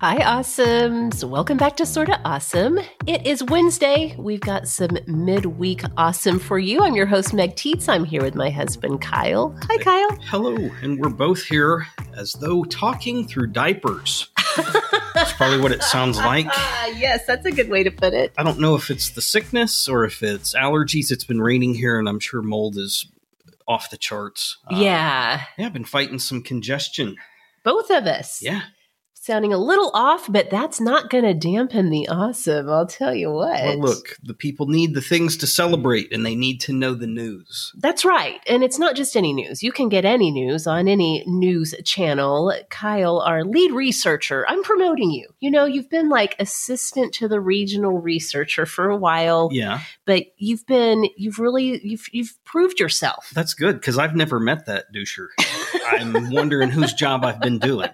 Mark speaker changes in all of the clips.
Speaker 1: Hi, awesomes. Welcome back to Sorta Awesome. It is Wednesday. We've got some midweek awesome for you. I'm your host, Meg Teets. I'm here with my husband, Kyle. Hi, Kyle.
Speaker 2: Hello, and we're both here as though talking through diapers. That's probably what it sounds like.
Speaker 1: Ah, yes, that's a good way to put it.
Speaker 2: I don't know if it's the sickness or if it's allergies. It's been raining here, and I'm sure mold is off the charts. Uh,
Speaker 1: yeah,
Speaker 2: Yeah, I've been fighting some congestion.
Speaker 1: both of us.
Speaker 2: Yeah.
Speaker 1: Sounding a little off, but that's not going to dampen the awesome. I'll tell you what.
Speaker 2: Well, look, the people need the things to celebrate, and they need to know the news.
Speaker 1: That's right. And it's not just any news. You can get any news on any news channel. Kyle, our lead researcher, I'm promoting you. You know, you've been like assistant to the regional researcher for a while,
Speaker 2: Yeah,
Speaker 1: but you've been you've really you've you've proved yourself.
Speaker 2: that's good because I've never met that doucher. I'm wondering whose job I've been doing.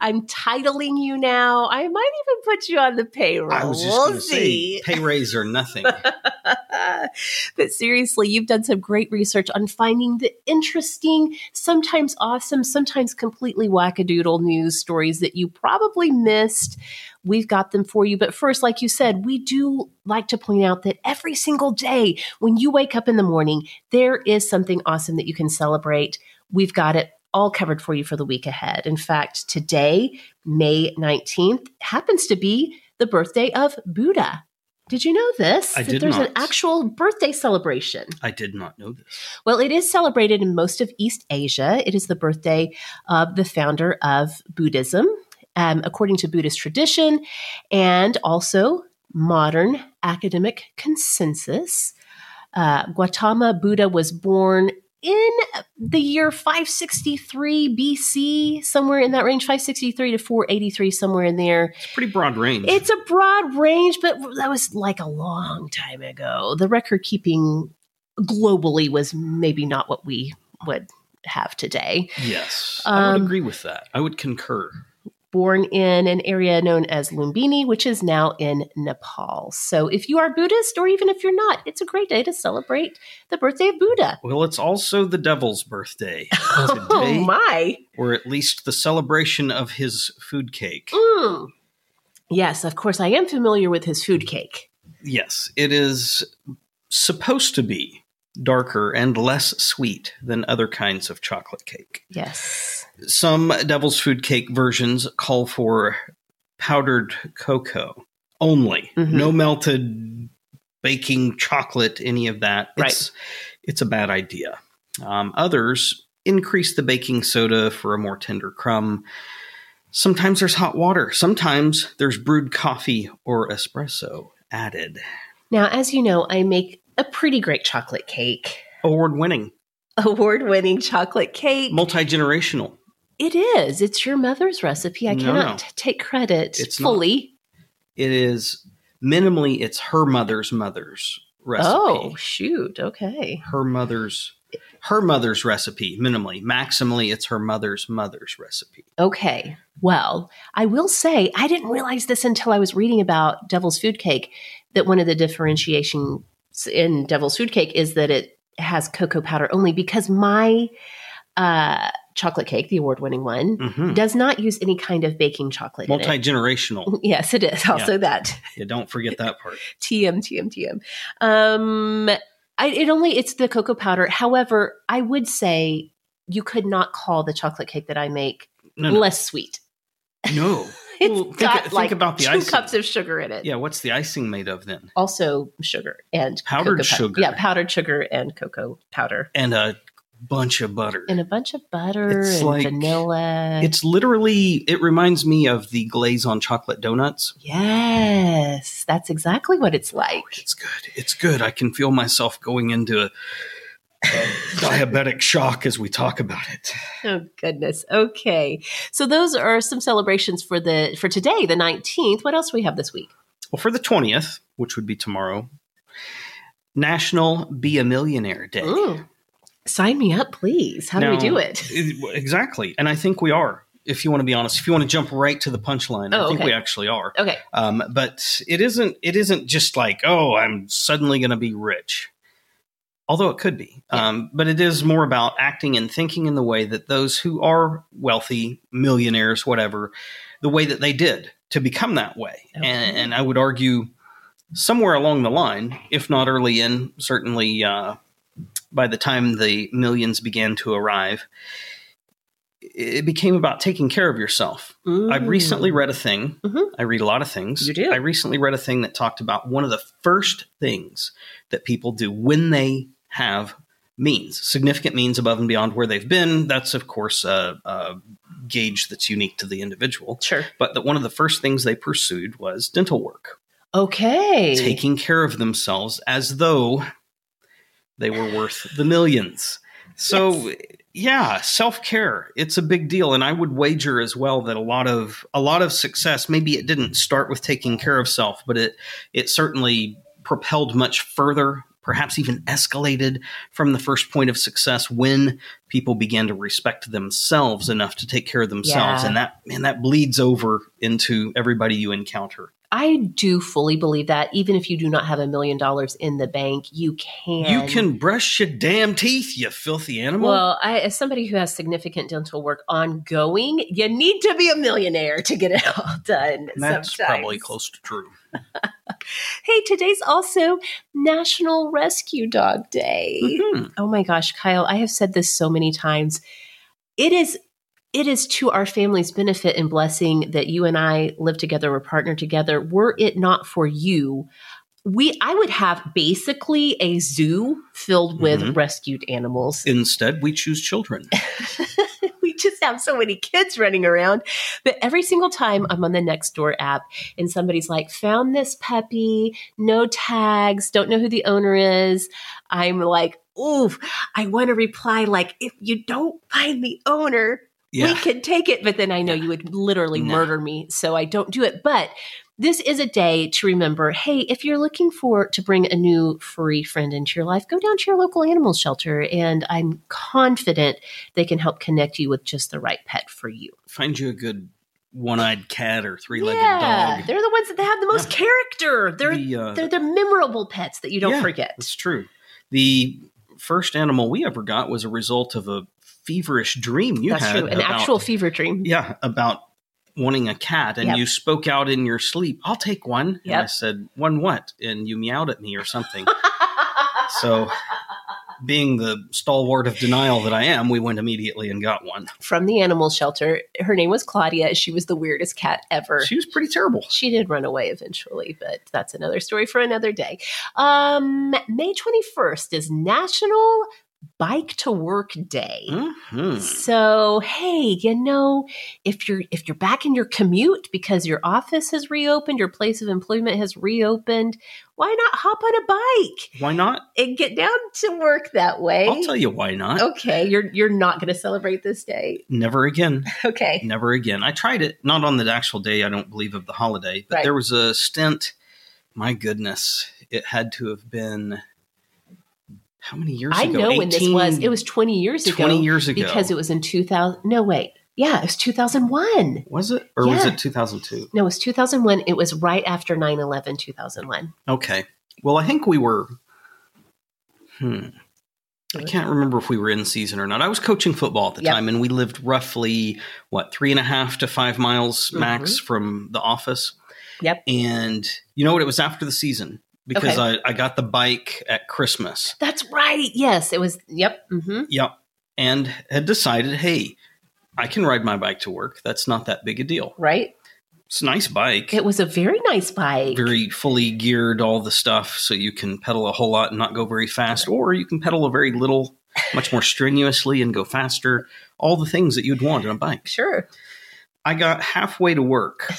Speaker 1: I'm titling you now. I might even put you on the payroll.
Speaker 2: I was just going to
Speaker 1: We'll
Speaker 2: say
Speaker 1: see.
Speaker 2: pay raise or nothing.
Speaker 1: but seriously, you've done some great research on finding the interesting, sometimes awesome, sometimes completely wackadoodle news stories that you probably missed. We've got them for you. But first, like you said, we do like to point out that every single day when you wake up in the morning, there is something awesome that you can celebrate. We've got it all covered for you for the week ahead. In fact, today, May 19th, happens to be the birthday of Buddha. Did you know this?
Speaker 2: I
Speaker 1: That
Speaker 2: did
Speaker 1: There's an
Speaker 2: not.
Speaker 1: actual birthday celebration.
Speaker 2: I did not know this.
Speaker 1: Well, it is celebrated in most of East Asia. It is the birthday of the founder of Buddhism, um, according to Buddhist tradition, and also modern academic consensus. Uh, Gautama Buddha was born in the year 563 BC, somewhere in that range, 563 to 483, somewhere in there.
Speaker 2: It's a pretty broad range.
Speaker 1: It's a broad range, but that was like a long time ago. The record keeping globally was maybe not what we would have today.
Speaker 2: Yes, I would
Speaker 1: Um,
Speaker 2: agree with that. I would concur.
Speaker 1: Born in an area known as Lumbini, which is now in Nepal. So if you are Buddhist, or even if you're not, it's a great day to celebrate the birthday of Buddha.
Speaker 2: Well, it's also the devil's birthday,
Speaker 1: Oh my.
Speaker 2: or at least the celebration of his food cake.
Speaker 1: Mm. Yes, of course, I am familiar with his food cake.
Speaker 2: Yes, it is supposed to be darker and less sweet than other kinds of chocolate cake.
Speaker 1: Yes.
Speaker 2: Some devil's food cake versions call for powdered cocoa only,
Speaker 1: Mhm.
Speaker 2: no melted baking chocolate, any of that.
Speaker 1: Right.
Speaker 2: It's, it's a bad idea. Um, others increase the baking soda for a more tender crumb. Sometimes there's hot water, sometimes there's brewed coffee or espresso added.
Speaker 1: Now, as you know, I make a pretty great chocolate cake.
Speaker 2: Award winning,
Speaker 1: award winning chocolate cake.
Speaker 2: multi generational.
Speaker 1: It is. It's your mother's recipe. I
Speaker 2: No,
Speaker 1: cannot
Speaker 2: no.
Speaker 1: t- take credit
Speaker 2: It's not.
Speaker 1: fully.
Speaker 2: It is minimally, it's her mother's mother's recipe.
Speaker 1: Oh, shoot. Okay.
Speaker 2: her mother's her mother's recipe minimally maximally it's her mother's mother's recipe
Speaker 1: Okay. Well, I will say I didn't realize this until I was reading about Devil's Food Cake that one of the differentiations in Devil's Food Cake is that it has cocoa powder only because my uh, chocolate cake, the award winning one,
Speaker 2: mm-hmm.
Speaker 1: does not use any kind of baking chocolate. in it.
Speaker 2: multi-generational
Speaker 1: Yes, it is. Also, that.
Speaker 2: yeah don't forget that part
Speaker 1: TM TM TM. Um, I, it only it's the cocoa powder. However, I would say you could not call the chocolate cake that I make
Speaker 2: no no,
Speaker 1: less sweet.
Speaker 2: no.
Speaker 1: It's
Speaker 2: Well, think-
Speaker 1: got
Speaker 2: think
Speaker 1: like
Speaker 2: about the
Speaker 1: two
Speaker 2: icing.
Speaker 1: cups of sugar in it.
Speaker 2: yeah what's the icing made of then
Speaker 1: Also sugar and cocoa
Speaker 2: Powdered
Speaker 1: powder.
Speaker 2: sugar.
Speaker 1: Yeah, powdered sugar and cocoa powder
Speaker 2: and a bunch of butter
Speaker 1: and a bunch of butter
Speaker 2: It's
Speaker 1: and
Speaker 2: like-
Speaker 1: vanilla.
Speaker 2: it's literally it reminds me of the glaze on chocolate donuts
Speaker 1: yes, that's exactly what it's like.
Speaker 2: it's good it's good i can feel myself going into a diabetic shock as we talk about it
Speaker 1: Oh goodness. Okay. So those are some celebrations for the for today, the 19th. What else do we have this week?
Speaker 2: Well, for the 20th, which would be tomorrow, National Be a Millionaire Day.
Speaker 1: Ooh. Sign me up, please. How do we
Speaker 2: Now-
Speaker 1: do it?
Speaker 2: It- Exactly. And I think we are, if you want to be honest. If you want to jump right to the punchline,
Speaker 1: Oh,
Speaker 2: I think
Speaker 1: okay.
Speaker 2: we actually are.
Speaker 1: Okay.
Speaker 2: Um, but it isn't it isn't just like, oh, I'm suddenly gonna be rich. although it could be. Um, but it is more about acting and thinking in the way that those who are wealthy, millionaires, whatever, the way that they did to become that way. And, and I would argue somewhere along the line, if not early in, certainly uh, by the time the millions began to arrive, it became about taking care of yourself. I recently read a thing.
Speaker 1: Mhm.
Speaker 2: I read a lot of things.
Speaker 1: Mm. You do.
Speaker 2: I recently read a thing that talked about one of the first things that people do when they have means, significant means above and beyond where they've been. That's, of course, a, a gauge that's unique to the individual.
Speaker 1: Sure.
Speaker 2: But that one of the first things they pursued was dental work,
Speaker 1: Okay.
Speaker 2: taking care of themselves as though they were worth the millions. So yeah self-care it's a big deal and i would wager as well that a lot of a lot of success maybe it didn't start with taking care of self but it it certainly propelled much further perhaps even escalated from the first point of success when people began to respect themselves enough to take care of themselves
Speaker 1: Yeah.
Speaker 2: and that and that bleeds over into everybody you encounter
Speaker 1: I do fully believe that even if you do not have a million dollars in the bank, you can.
Speaker 2: you can brush your damn teeth you filthy animal
Speaker 1: Well, I, as somebody who has significant dental work ongoing, you need to be a millionaire to get it all done.
Speaker 2: And that's
Speaker 1: sometimes.
Speaker 2: probably close to true
Speaker 1: Hey, today's also National Rescue Dog Day.
Speaker 2: Mhm.
Speaker 1: Oh my gosh, Kyle, I have said this so many times. It is it is to our family's benefit and blessing that you and I live together, we're partnered together. Were it not for you, we I would have basically a zoo filled with
Speaker 2: Mhm.
Speaker 1: rescued animals.
Speaker 2: instead we choose children
Speaker 1: we just have so many kids running around. But every single time I'm on the Nextdoor app and somebody's like, found this puppy, no tags, don't know who the owner is, I'm like, oof, I want to reply like, if you don't find the owner, we can take it. But then I know you would literally
Speaker 2: No.
Speaker 1: murder me, so I don't do it. But this is a day to remember hey, if you're looking for to bring a new furry friend into your life, go down to your local animal shelter. And I'm confident they can help connect you with just the right pet for you.
Speaker 2: find you a good one-eyed cat or three-legged
Speaker 1: yeah,
Speaker 2: dog.
Speaker 1: they're the ones that have the most character. They're
Speaker 2: The, uh,
Speaker 1: they're the memorable pets that you don't
Speaker 2: Yeah,
Speaker 1: forget.
Speaker 2: that's true. The first animal we ever got was a result of a feverish dream you
Speaker 1: That's
Speaker 2: had.
Speaker 1: true. An
Speaker 2: about-
Speaker 1: actual fever dream.
Speaker 2: yeah about wanting a cat, and
Speaker 1: Yep.
Speaker 2: you spoke out in your sleep. I'll take one. And I
Speaker 1: Yep.
Speaker 2: said, "One what?" And you meowed at me or something. so. Being the stalwart of denial that I am, we went immediately and got one.
Speaker 1: From the animal shelter. Her name was Claudia. She was the weirdest cat ever.
Speaker 2: She was pretty terrible.
Speaker 1: she did run away eventually, but that's another story for another day. Um, May 21st is National Bike to Work Day.
Speaker 2: hmm
Speaker 1: So, hey, you know, if you're if you're back in your commute because your office has reopened, your place of employment has reopened, why not hop on a bike
Speaker 2: Why not?
Speaker 1: and get down to work that way?
Speaker 2: I'll tell you why not.
Speaker 1: okay, you're you're not going to celebrate this day.
Speaker 2: Never again.
Speaker 1: Okay.
Speaker 2: Never again. I tried it, not on the actual day, I don't believe, of the holiday, but
Speaker 1: Right.
Speaker 2: there was a stint. My goodness, it had to have been how many years
Speaker 1: I
Speaker 2: ago?
Speaker 1: know when this was. It was 20 years
Speaker 2: 20
Speaker 1: ago.
Speaker 2: years ago.
Speaker 1: because it was in 2000 no wait yeah it was 2001
Speaker 2: was it? Or was
Speaker 1: Yeah.
Speaker 2: it 2002?
Speaker 1: no it was 2001 it was right after 9-11 2001
Speaker 2: Okay. Well, I think we were. Hmm. I can't remember if we were in season or not. I was coaching football at the
Speaker 1: Yep.
Speaker 2: time, and we lived roughly, what, three and a half to five miles
Speaker 1: Mhm.
Speaker 2: max from the office.
Speaker 1: yep
Speaker 2: And you know what? It was after the season because I, I got the bike at Christmas.
Speaker 1: that's right yes it was yep hmm
Speaker 2: Yep. And had decided, hey, I can ride my bike to work. That's not that big a deal.
Speaker 1: right
Speaker 2: It's a nice bike,
Speaker 1: it was a very nice bike
Speaker 2: very fully geared, all the stuff. So you can pedal a whole lot and not go very fast, or you can pedal a very little, much more strenuously and go faster. All the things that you'd want on a bike.
Speaker 1: sure
Speaker 2: I got halfway to work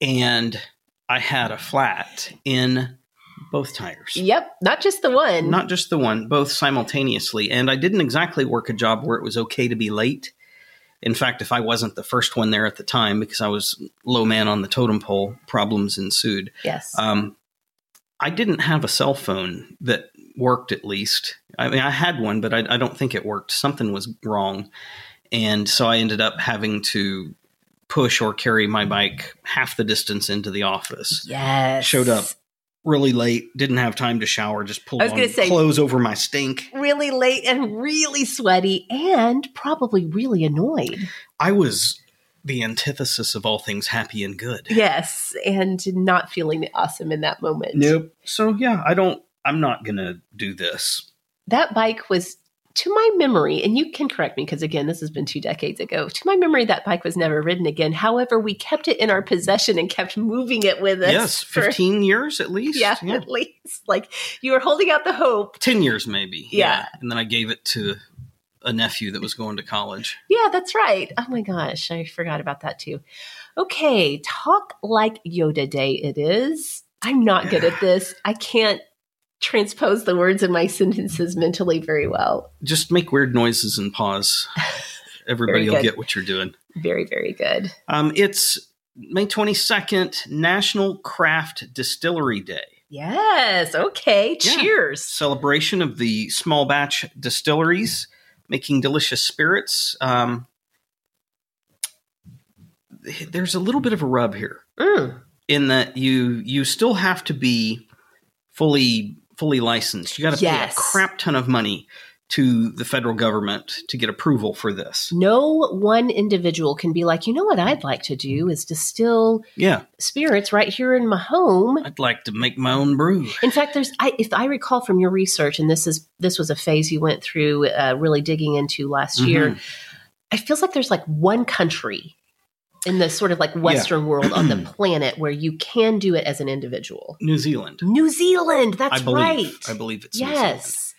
Speaker 2: and I had a flat in both tires.
Speaker 1: yep not just the one
Speaker 2: Not just the one, both simultaneously. And I didn't exactly work a job where it was okay to be late. In fact, if I wasn't the first one there at the time because I was low man on the totem pole, problems ensued.
Speaker 1: yes
Speaker 2: Um, I didn't have a cell phone that worked at least. I mean, I had one, but I, I don't think it worked. Something was wrong. And so I ended up having to push or carry my bike half the distance into the office.
Speaker 1: yes
Speaker 2: showed up really late, didn't have time to shower, just pulled
Speaker 1: I was
Speaker 2: on
Speaker 1: gonna say-
Speaker 2: clothes over my stink.
Speaker 1: Really late and really sweaty and probably really annoyed.
Speaker 2: I was the antithesis of all things happy and good.
Speaker 1: Yes, and not feeling awesome in that moment.
Speaker 2: Nope. So yeah, I don't I'm not gonna do this.
Speaker 1: That bike was, to my memory, and you can correct me because again, this has been two decades ago. To my memory, that bike was never ridden again. However, we kept it in our possession and kept moving it with us.
Speaker 2: yes,
Speaker 1: for-
Speaker 2: fifteen years at least.
Speaker 1: yeah, at least. Like you were holding out the hope.
Speaker 2: Ten years maybe.
Speaker 1: Yeah.
Speaker 2: And then I gave it to a nephew that was going to college.
Speaker 1: Yeah, that's right. Oh my gosh, I forgot about that too. Okay, talk like Yoda Day it is. I'm not good at this. I can't transpose the words in my sentences mentally very well.
Speaker 2: Just make weird noises and pause. Everybody will
Speaker 1: good.
Speaker 2: get what you're doing.
Speaker 1: Very, very good.
Speaker 2: Um, it's May 22nd, National Craft Distillery Day.
Speaker 1: Yes. Okay.
Speaker 2: Yeah.
Speaker 1: Cheers.
Speaker 2: celebration of the small batch distilleries making delicious spirits. Um, there's a little bit of a rub here
Speaker 1: Mm.
Speaker 2: in that you you still have to be fully fully licensed. You got to
Speaker 1: Yes.
Speaker 2: pay a crap ton of money to the federal government to get approval for this.
Speaker 1: No one individual can be like, you know what I'd like to do is distill
Speaker 2: Yeah,
Speaker 1: spirits right here in my home.
Speaker 2: I'd like to make my own brew.
Speaker 1: In fact, there's I, if I recall from your research, and this is this was a phase you went through, uh, really digging into last
Speaker 2: Mm-hmm.
Speaker 1: year. It feels like there's like one country in the sort of like Western world on the planet where you can do it as an individual.
Speaker 2: New Zealand.
Speaker 1: New Zealand, that's
Speaker 2: I believe.
Speaker 1: right.
Speaker 2: I believe it's New Zealand.
Speaker 1: yes,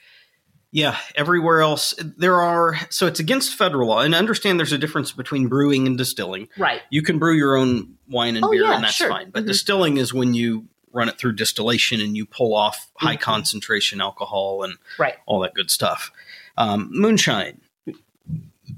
Speaker 2: Yeah, everywhere else there are so it's against federal law. And I understand there's a difference between brewing and distilling.
Speaker 1: right.
Speaker 2: You can brew your own wine and
Speaker 1: Oh,
Speaker 2: beer
Speaker 1: yeah,
Speaker 2: and that's
Speaker 1: sure.
Speaker 2: fine. But
Speaker 1: Mhm.
Speaker 2: distilling is when you run it through distillation and you pull off high
Speaker 1: Mhm.
Speaker 2: concentration alcohol and
Speaker 1: Right.
Speaker 2: all that good stuff. Um, moonshine,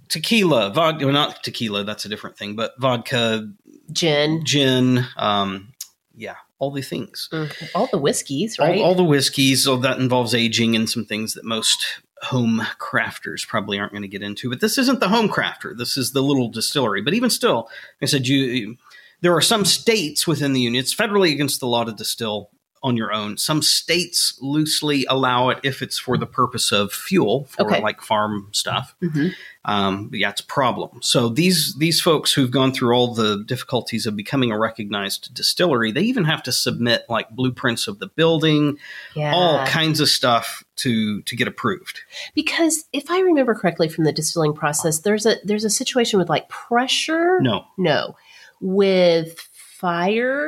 Speaker 2: tequila, vodka, well, not tequila, that's a different thing, but vodka,
Speaker 1: Gin,
Speaker 2: gin, um, yeah, all the things.
Speaker 1: mm, all the whiskeys, right?
Speaker 2: All, all the whiskeys, so that involves aging and some things that most home crafters probably aren't going to get into. But this isn't the home crafter. This is the little distillery. But even still, like I said, you, you there are some states within the union. It's federally against the law to distill on your own. Some states loosely allow it if it's for the purpose of fuel for
Speaker 1: Okay.
Speaker 2: like farm stuff
Speaker 1: Mhm.
Speaker 2: um, but yeah, it's a problem. So these these folks who've gone through all the difficulties of becoming a recognized distillery, they even have to submit like blueprints of the building,
Speaker 1: Yeah.
Speaker 2: all kinds of stuff to to get approved.
Speaker 1: because if I remember correctly from the distilling process, there's a there's a situation with like pressure.
Speaker 2: No,
Speaker 1: No. With fire,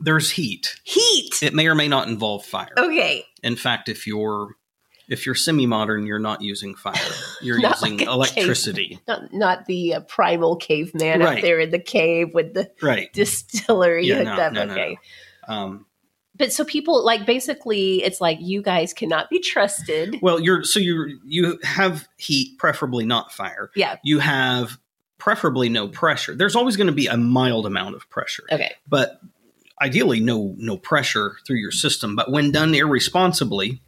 Speaker 2: there's heat.
Speaker 1: heat.
Speaker 2: It may or may not involve fire.
Speaker 1: Okay.
Speaker 2: In fact, if you're if you're semi modern, you're not using fire. You're
Speaker 1: Not
Speaker 2: using
Speaker 1: like a
Speaker 2: electricity.
Speaker 1: Not not the uh, primal caveman
Speaker 2: Right.
Speaker 1: out there in the cave with the
Speaker 2: Right.
Speaker 1: distillery
Speaker 2: Yeah,
Speaker 1: hooked
Speaker 2: no,
Speaker 1: up.
Speaker 2: no, no,
Speaker 1: okay.
Speaker 2: Um,
Speaker 1: But so people like basically it's like you guys cannot be trusted.
Speaker 2: well, you're so you you have heat, preferably not fire.
Speaker 1: Yeah.
Speaker 2: you have preferably no pressure. There's always going to be a mild amount of pressure,
Speaker 1: Okay.
Speaker 2: but ideally no no pressure through your system. But when done irresponsibly,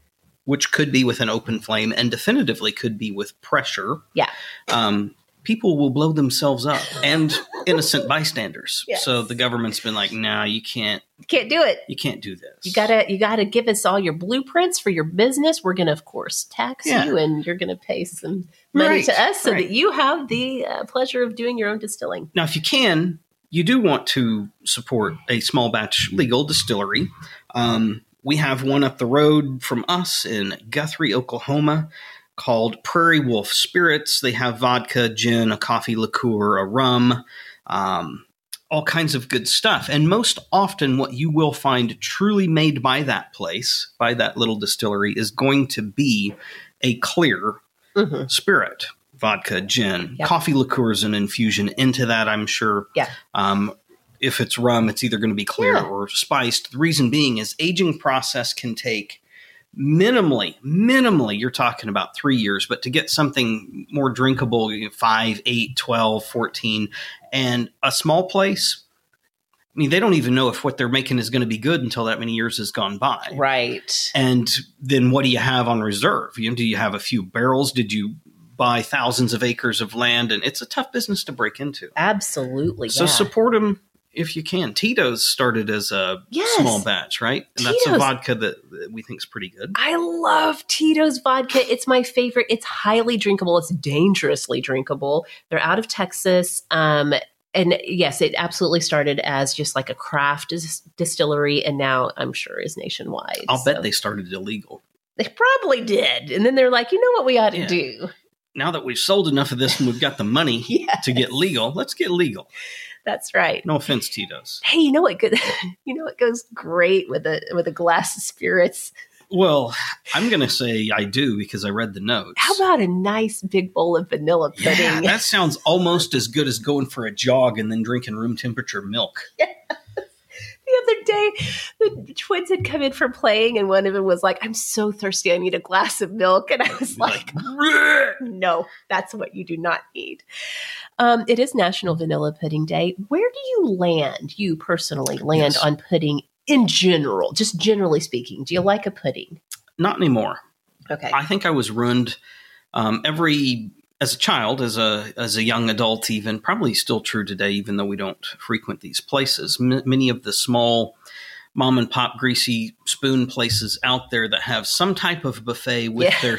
Speaker 2: which could be with an open flame and definitively could be with pressure,
Speaker 1: Yeah.
Speaker 2: um, people will blow themselves up and innocent bystanders.
Speaker 1: Yes.
Speaker 2: So the government's been like, "Nah, you can't
Speaker 1: Can't do it.
Speaker 2: you can't do this.
Speaker 1: You gotta you gotta give us all your blueprints for your business. We're gonna of course tax
Speaker 2: Yeah.
Speaker 1: you and you're gonna pay some money
Speaker 2: Right,
Speaker 1: to us so
Speaker 2: right.
Speaker 1: that you have the uh, pleasure of doing your own distilling.
Speaker 2: Now, if you can, you do want to support a small batch legal distillery. Um, we have one up the road from us in Guthrie, Oklahoma, called Prairie Wolf Spirits. They have vodka, gin, a coffee liqueur, a rum, um, all kinds of good stuff. And most often, what you will find truly made by that place, by that little distillery, is going to be a clear
Speaker 1: Mm-hmm.
Speaker 2: spirit, vodka, gin,
Speaker 1: Yep.
Speaker 2: coffee liqueurs, and infusion into that. I'm sure.
Speaker 1: Yeah.
Speaker 2: Um, if it's rum, it's either going to be clear
Speaker 1: Yeah.
Speaker 2: or spiced. The reason being is aging process can take minimally, minimally, you're talking about three years, but to get something more drinkable, you know, five, eight, 12, 14, and a small place, I mean, they don't even know if what they're making is going to be good until that many years has gone by.
Speaker 1: Right.
Speaker 2: And then what do you have on reserve? You know, do you have a few barrels? Did you buy thousands of acres of land? And it's a tough business to break into.
Speaker 1: Absolutely.
Speaker 2: So
Speaker 1: yeah.
Speaker 2: support them if you can. Tito's started as a
Speaker 1: Yes.
Speaker 2: small batch, right? And that's a
Speaker 1: Tito's.
Speaker 2: vodka that, that we think is pretty good.
Speaker 1: I love Tito's vodka. It's my favorite. It's highly drinkable. It's dangerously drinkable. They're out of Texas. Um, and yes, it absolutely started as just like a craft dis- distillery, and now I'm sure is nationwide.
Speaker 2: I'll
Speaker 1: So-
Speaker 2: bet they started illegal.
Speaker 1: they probably did. And then they're like, you know what we ought to
Speaker 2: Yeah.
Speaker 1: do?
Speaker 2: Now that we've sold enough of this and we've got the money
Speaker 1: Yeah,
Speaker 2: to get legal, let's get legal.
Speaker 1: that's right.
Speaker 2: No offense, Tito's.
Speaker 1: Hey, you know what? Good, you know what goes great with a with a glass of spirits.
Speaker 2: Well, I'm going to say I do because I read the notes.
Speaker 1: How about a nice big bowl of vanilla
Speaker 2: yeah,
Speaker 1: pudding?
Speaker 2: that sounds almost as good as going for a jog and then drinking room temperature milk.
Speaker 1: the other day the twins had come in from playing and one of them was like i'm so thirsty i need a glass of milk and i was like
Speaker 2: "Bleh."
Speaker 1: no that's what you do not need um, it is national vanilla pudding day where do you land you personally land
Speaker 2: Yes.
Speaker 1: on pudding in general just generally speaking do you like a pudding
Speaker 2: not anymore.
Speaker 1: okay
Speaker 2: I think I was ruined um, every as a child, as a as a young adult, even probably still true today, even though we don't frequent these places. M- many of the small mom and pop greasy spoon places out there that have some type of buffet with
Speaker 1: Yes.
Speaker 2: their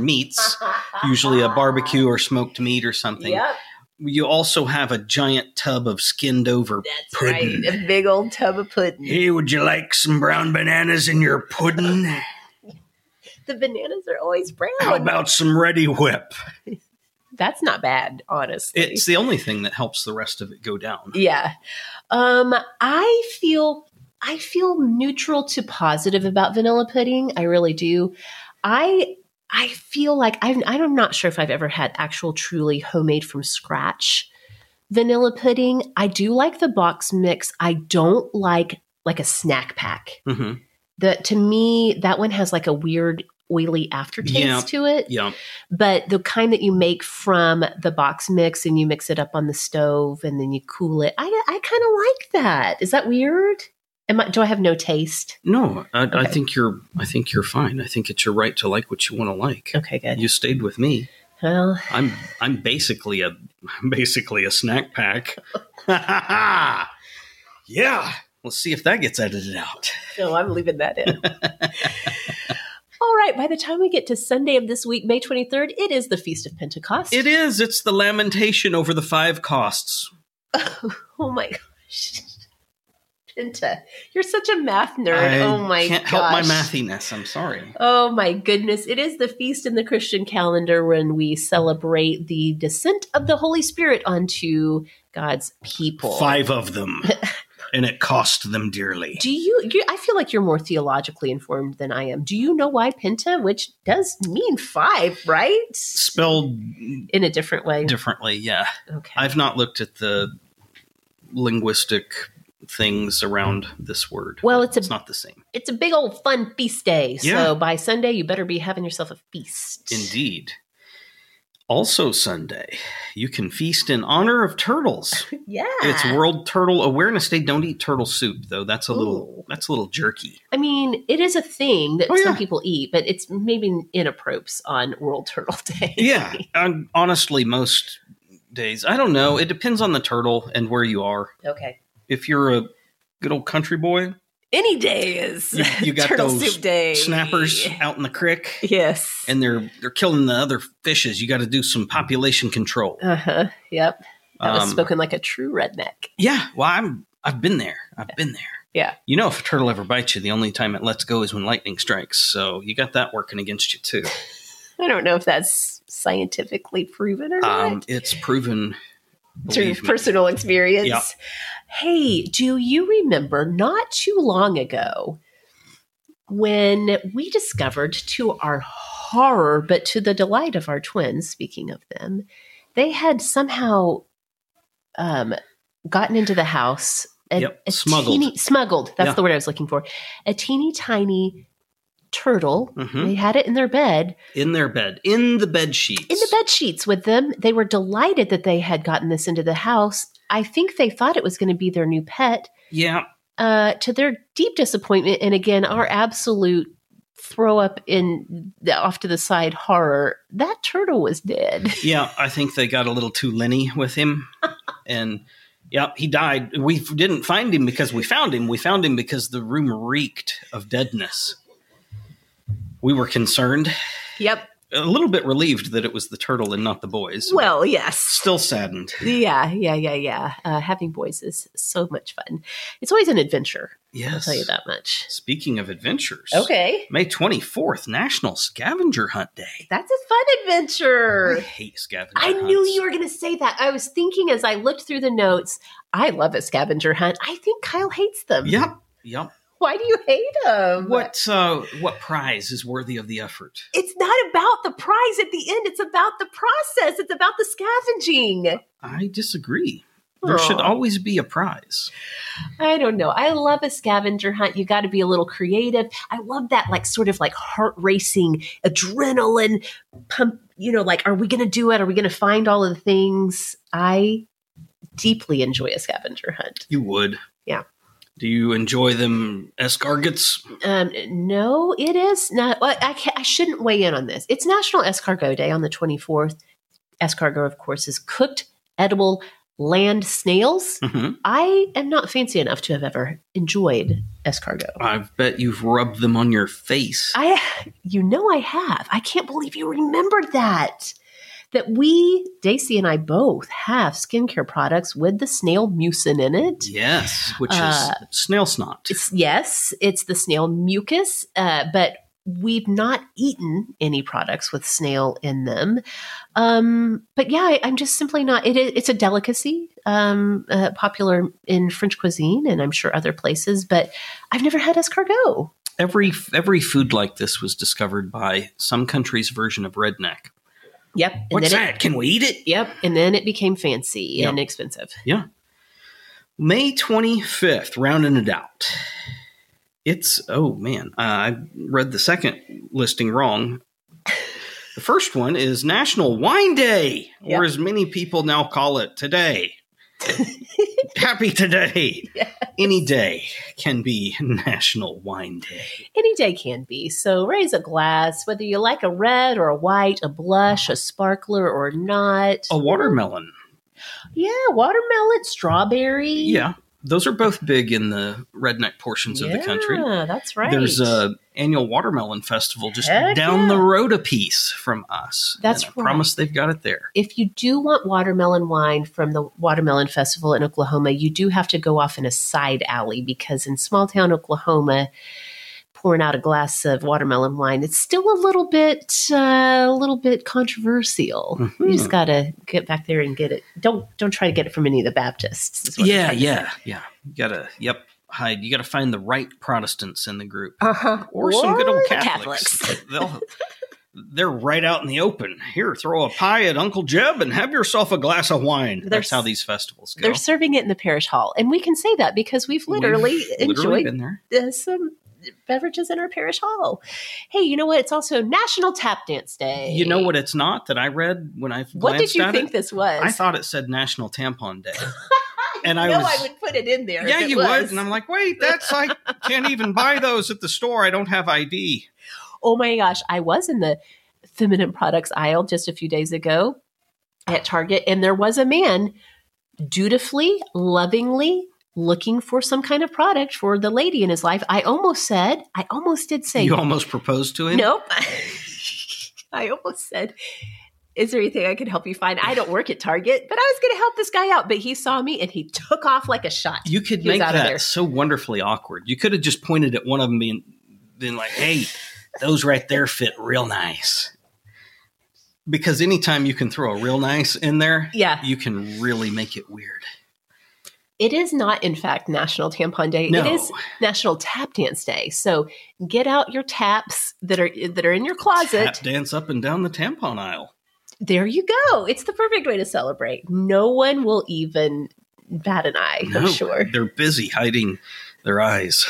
Speaker 2: meats, usually a barbecue or smoked meat or something.
Speaker 1: Yep,
Speaker 2: You also have a giant tub of skinned over.
Speaker 1: that's
Speaker 2: Pudding.
Speaker 1: right. A big old tub of pudding.
Speaker 2: Hey, would you like some brown bananas in your pudding?
Speaker 1: The bananas are always brown.
Speaker 2: How about some ready whip?
Speaker 1: that's not bad, honestly.
Speaker 2: It's the only thing that helps the rest of it go down.
Speaker 1: Yeah. Um, I feel I feel neutral to positive about vanilla pudding. I really do. I I feel like I'm I'm not sure if I've ever had actual truly homemade from scratch vanilla pudding. I do like the box mix. I don't like like a snack pack.
Speaker 2: hmm
Speaker 1: The to me that one has like a weird oily aftertaste
Speaker 2: Yeah.
Speaker 1: to it
Speaker 2: Yeah.
Speaker 1: but the kind that you make from the box mix and you mix it up on the stove and then you cool it. I I kind of like that. Is that weird? Am I, do I have no taste?
Speaker 2: No, I, I
Speaker 1: Okay.
Speaker 2: think you're. I think you're fine. I think it's your right to like what you want to like.
Speaker 1: Okay, good.
Speaker 2: You stayed with me.
Speaker 1: Well,
Speaker 2: I'm. I'm basically a. I'm basically a snack pack. yeah. Let's see if that gets edited out.
Speaker 1: no, I'm leaving that in. All right. By the time we get to Sunday of this week, May 23rd, it is the Feast of Pentecost.
Speaker 2: It is. It's the lamentation over the five costs.
Speaker 1: Oh my gosh. Penta, you're such a math nerd.
Speaker 2: I
Speaker 1: oh my
Speaker 2: can't
Speaker 1: gosh.
Speaker 2: help my mathiness. I'm sorry.
Speaker 1: Oh my goodness. It is the feast in the Christian calendar when we celebrate the descent of the Holy Spirit onto God's people.
Speaker 2: Five of them, and it cost them dearly.
Speaker 1: Do you, you I feel like you're more theologically informed than I am. Do you know why Penta, which does mean five, right?
Speaker 2: Spelled
Speaker 1: In a different way.
Speaker 2: differently, yeah.
Speaker 1: Okay.
Speaker 2: I've not looked at the linguistic things around this word.
Speaker 1: well, it's a
Speaker 2: It's not the same.
Speaker 1: it's a big old fun feast day.
Speaker 2: Yeah.
Speaker 1: So by Sunday you better be having yourself a feast.
Speaker 2: Indeed. Also, Sunday, you can feast in honor of turtles.
Speaker 1: Yeah.
Speaker 2: It's World Turtle Awareness Day. Don't eat turtle soup, though. That's a little
Speaker 1: Ooh.
Speaker 2: that's a little jerky.
Speaker 1: I mean, it is a thing that
Speaker 2: Oh,
Speaker 1: some
Speaker 2: yeah.
Speaker 1: people eat, but it's maybe inappropriate on World Turtle Day.
Speaker 2: Yeah, um, honestly, most days I don't know. It depends on the turtle and where you are.
Speaker 1: Okay.
Speaker 2: If you're a good old country boy,
Speaker 1: Any day is
Speaker 2: You- you got
Speaker 1: turtle
Speaker 2: those
Speaker 1: soup day.
Speaker 2: snappers out in the creek,
Speaker 1: Yes.
Speaker 2: and they're they're killing the other fishes. You got to do some population control.
Speaker 1: uh huh. Yep. That was
Speaker 2: Um,
Speaker 1: spoken like a true redneck.
Speaker 2: Yeah, well, I'm I've been there. I've been there.
Speaker 1: Yeah.
Speaker 2: You know, if a turtle ever bites you, the only time it lets go is when lightning strikes. So you got that working against you too.
Speaker 1: I don't know if that's scientifically proven or not.
Speaker 2: Um, it's proven.
Speaker 1: through
Speaker 2: Believe me.
Speaker 1: personal experience.
Speaker 2: Yeah.
Speaker 1: Hey, do you remember not too long ago when we discovered to our horror, but to the delight of our twins, speaking of them, they had somehow um, gotten into the house. and
Speaker 2: Yep, smuggled.
Speaker 1: Teeny, smuggled. That's
Speaker 2: Yeah.
Speaker 1: the word I was looking for. A teeny tiny turtle.
Speaker 2: Mhm.
Speaker 1: They had it in their bed
Speaker 2: in their bed, in the bed sheets,
Speaker 1: in the bed sheets with them. They were delighted that they had gotten this into the house. I think they thought it was going to be their new pet.
Speaker 2: Yeah,
Speaker 1: Uh, to their deep disappointment, and again, our absolute throw up in the, off to the side horror, that turtle was dead.
Speaker 2: yeah. I think they got a little too Lenny with him, and Yep, he died. We f- didn't find him because we found him. We found him because the room reeked of deadness. We were concerned,
Speaker 1: Yep.
Speaker 2: a little bit relieved that it was the turtle and not the boys.
Speaker 1: Well, yes.
Speaker 2: Still saddened.
Speaker 1: Yeah, yeah, yeah, yeah. Uh, having boys is so much fun. It's always an adventure.
Speaker 2: Yes.
Speaker 1: I'll tell you that much.
Speaker 2: Speaking of adventures.
Speaker 1: Okay.
Speaker 2: May 24th, National Scavenger Hunt Day.
Speaker 1: That's a fun adventure.
Speaker 2: I hate scavenger
Speaker 1: I knew
Speaker 2: hunts.
Speaker 1: you were going to say that. I was thinking as I looked through the notes, I love a scavenger hunt. I think Kyle hates them.
Speaker 2: Yep. Yep.
Speaker 1: Why do you hate them?
Speaker 2: What uh, what prize is worthy of the effort?
Speaker 1: It's not about the prize at the end. It's about the process. It's about the scavenging.
Speaker 2: I disagree. There should
Speaker 1: Aw.
Speaker 2: always be a prize.
Speaker 1: I don't know. I love a scavenger hunt. You got to be a little creative. I love that, like, sort of like heart racing, adrenaline pump. You know, like, are we going to do it? Are we going to find all of the things? I deeply enjoy a scavenger hunt.
Speaker 2: You would.
Speaker 1: Yeah.
Speaker 2: Do you enjoy them escargots?
Speaker 1: Um, no, it is not. Well, I, ca I shouldn't weigh in on this. It's National Escargot Day on the 24th. Escargot, of course, is cooked, edible land snails.
Speaker 2: Mhm.
Speaker 1: I am not fancy enough to have ever enjoyed escargot.
Speaker 2: I bet you've rubbed them on your face.
Speaker 1: I, you know, I have. I can't believe you remembered that. That we, Daisy and I both, have skincare products with the snail mucin in it.
Speaker 2: yes, which
Speaker 1: Uh,
Speaker 2: is snail snot.
Speaker 1: It's, yes, it's the snail mucus, uh, but we've not eaten any products with snail in them. Um, but yeah, I, I'm just simply not. It, is- it's a delicacy, um, uh, popular in French cuisine and I'm sure other places, but I've never had escargot.
Speaker 2: Every every food like this was discovered by some country's version of redneck.
Speaker 1: Yep. And
Speaker 2: What's
Speaker 1: then it-
Speaker 2: that? Can we eat it?
Speaker 1: yep. And then it became fancy and expensive.
Speaker 2: May 25th, rounding it out. It's, oh man, uh, I read the second listing wrong. The first one is National Wine Day,
Speaker 1: Yep.
Speaker 2: or as many people now call it today. Happy today.
Speaker 1: Yeah.
Speaker 2: Any day can be National Wine Day.
Speaker 1: Any day can be. So raise a glass, whether you like a red or a white, a blush, a sparkler or not.
Speaker 2: A watermelon.
Speaker 1: Yeah, watermelon, strawberry.
Speaker 2: Yeah. Those are both big in the redneck portions of the country.
Speaker 1: Yeah, that's right.
Speaker 2: There's uh, a annual watermelon festival just
Speaker 1: Heck
Speaker 2: down
Speaker 1: yeah.
Speaker 2: the road a piece from us.
Speaker 1: That's
Speaker 2: and I
Speaker 1: right.
Speaker 2: promise they've got it there.
Speaker 1: if you do want watermelon wine from the Watermelon Festival in Oklahoma, you do have to go off in a side alley because in small town Oklahoma, pouring out a glass of watermelon wine, it's still a little bit, uh, a little bit controversial. You
Speaker 2: Hmm.
Speaker 1: just gotta get back there and get it. Don't don't try to get it from any of the Baptists. is what I'm
Speaker 2: Yeah,
Speaker 1: trying to
Speaker 2: yeah, yeah. You gotta yep, hide. You gotta find the right Protestants in the group.
Speaker 1: Uh-huh.
Speaker 2: Or, some good old
Speaker 1: the
Speaker 2: Catholics. They'll they're right out in the open. Here, throw a pie at Uncle Jeb and have yourself a glass of wine.
Speaker 1: They're
Speaker 2: That's how
Speaker 1: s-
Speaker 2: these festivals go.
Speaker 1: They're serving it in the parish hall. And we can say that because we've literally
Speaker 2: We've literally
Speaker 1: enjoyed
Speaker 2: been there.
Speaker 1: uh, some beverages in our parish hall. Hey, you know what? It's also National Tap Dance Day.
Speaker 2: You know what it's not that I read when I
Speaker 1: What did
Speaker 2: glanced
Speaker 1: you
Speaker 2: at
Speaker 1: think
Speaker 2: it?
Speaker 1: this was?
Speaker 2: I thought it said National Tampon Day. and I
Speaker 1: no,
Speaker 2: was
Speaker 1: I would put it in there. if
Speaker 2: Yeah,
Speaker 1: it
Speaker 2: you
Speaker 1: was.
Speaker 2: would. And I'm like, wait, that's like can't even buy those at the store. I don't have ID.
Speaker 1: oh my gosh, I was in the feminine products aisle just a few days ago at Target, and there was a man dutifully, lovingly looking for some kind of product for the lady in his life. I almost said, I almost did say,
Speaker 2: You almost proposed to him?
Speaker 1: nope. I almost said, is there anything I can help you find? I don't work at Target, but I was going to help this guy out. But he saw me and he took off like a shot.
Speaker 2: You could
Speaker 1: He was
Speaker 2: make
Speaker 1: out of
Speaker 2: that
Speaker 1: there.
Speaker 2: so wonderfully awkward. You could have just pointed at one of them and been like, hey, those right there fit real nice. Because anytime you can throw a real nice in there,
Speaker 1: Yeah.
Speaker 2: you can really make it weird.
Speaker 1: It is not, in fact, National Tampon Day.
Speaker 2: No.
Speaker 1: It is National Tap Dance Day. So get out your taps that are that are in your closet.
Speaker 2: Tap dance up and down the tampon aisle.
Speaker 1: There you go. It's the perfect way to celebrate. No one will even bat an eye for
Speaker 2: No,
Speaker 1: sure.
Speaker 2: They're busy hiding their eyes.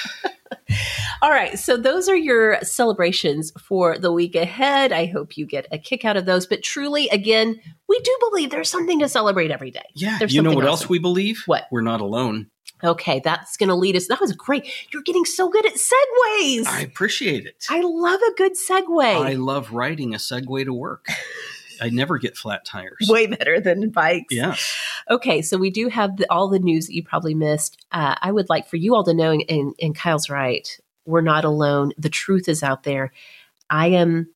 Speaker 1: All right, so those are your celebrations for the week ahead. I hope you get a kick out of those. But truly, again, we do believe there's something to celebrate every day.
Speaker 2: Yeah.
Speaker 1: There's
Speaker 2: you know
Speaker 1: something
Speaker 2: what else
Speaker 1: awesome.
Speaker 2: we believe?
Speaker 1: What?
Speaker 2: We're not alone.
Speaker 1: Okay, that's going to lead us. That was great. You're getting so good at segues.
Speaker 2: I appreciate it.
Speaker 1: I love a good segue.
Speaker 2: I love writing a segue to work. I never get flat tires.
Speaker 1: Way better than bikes.
Speaker 2: Yeah.
Speaker 1: Okay, so we do have the, all the news that you probably missed. Uh, I would like for you all to know, and, and Kyle's right, we're not alone. The truth is out there. I am,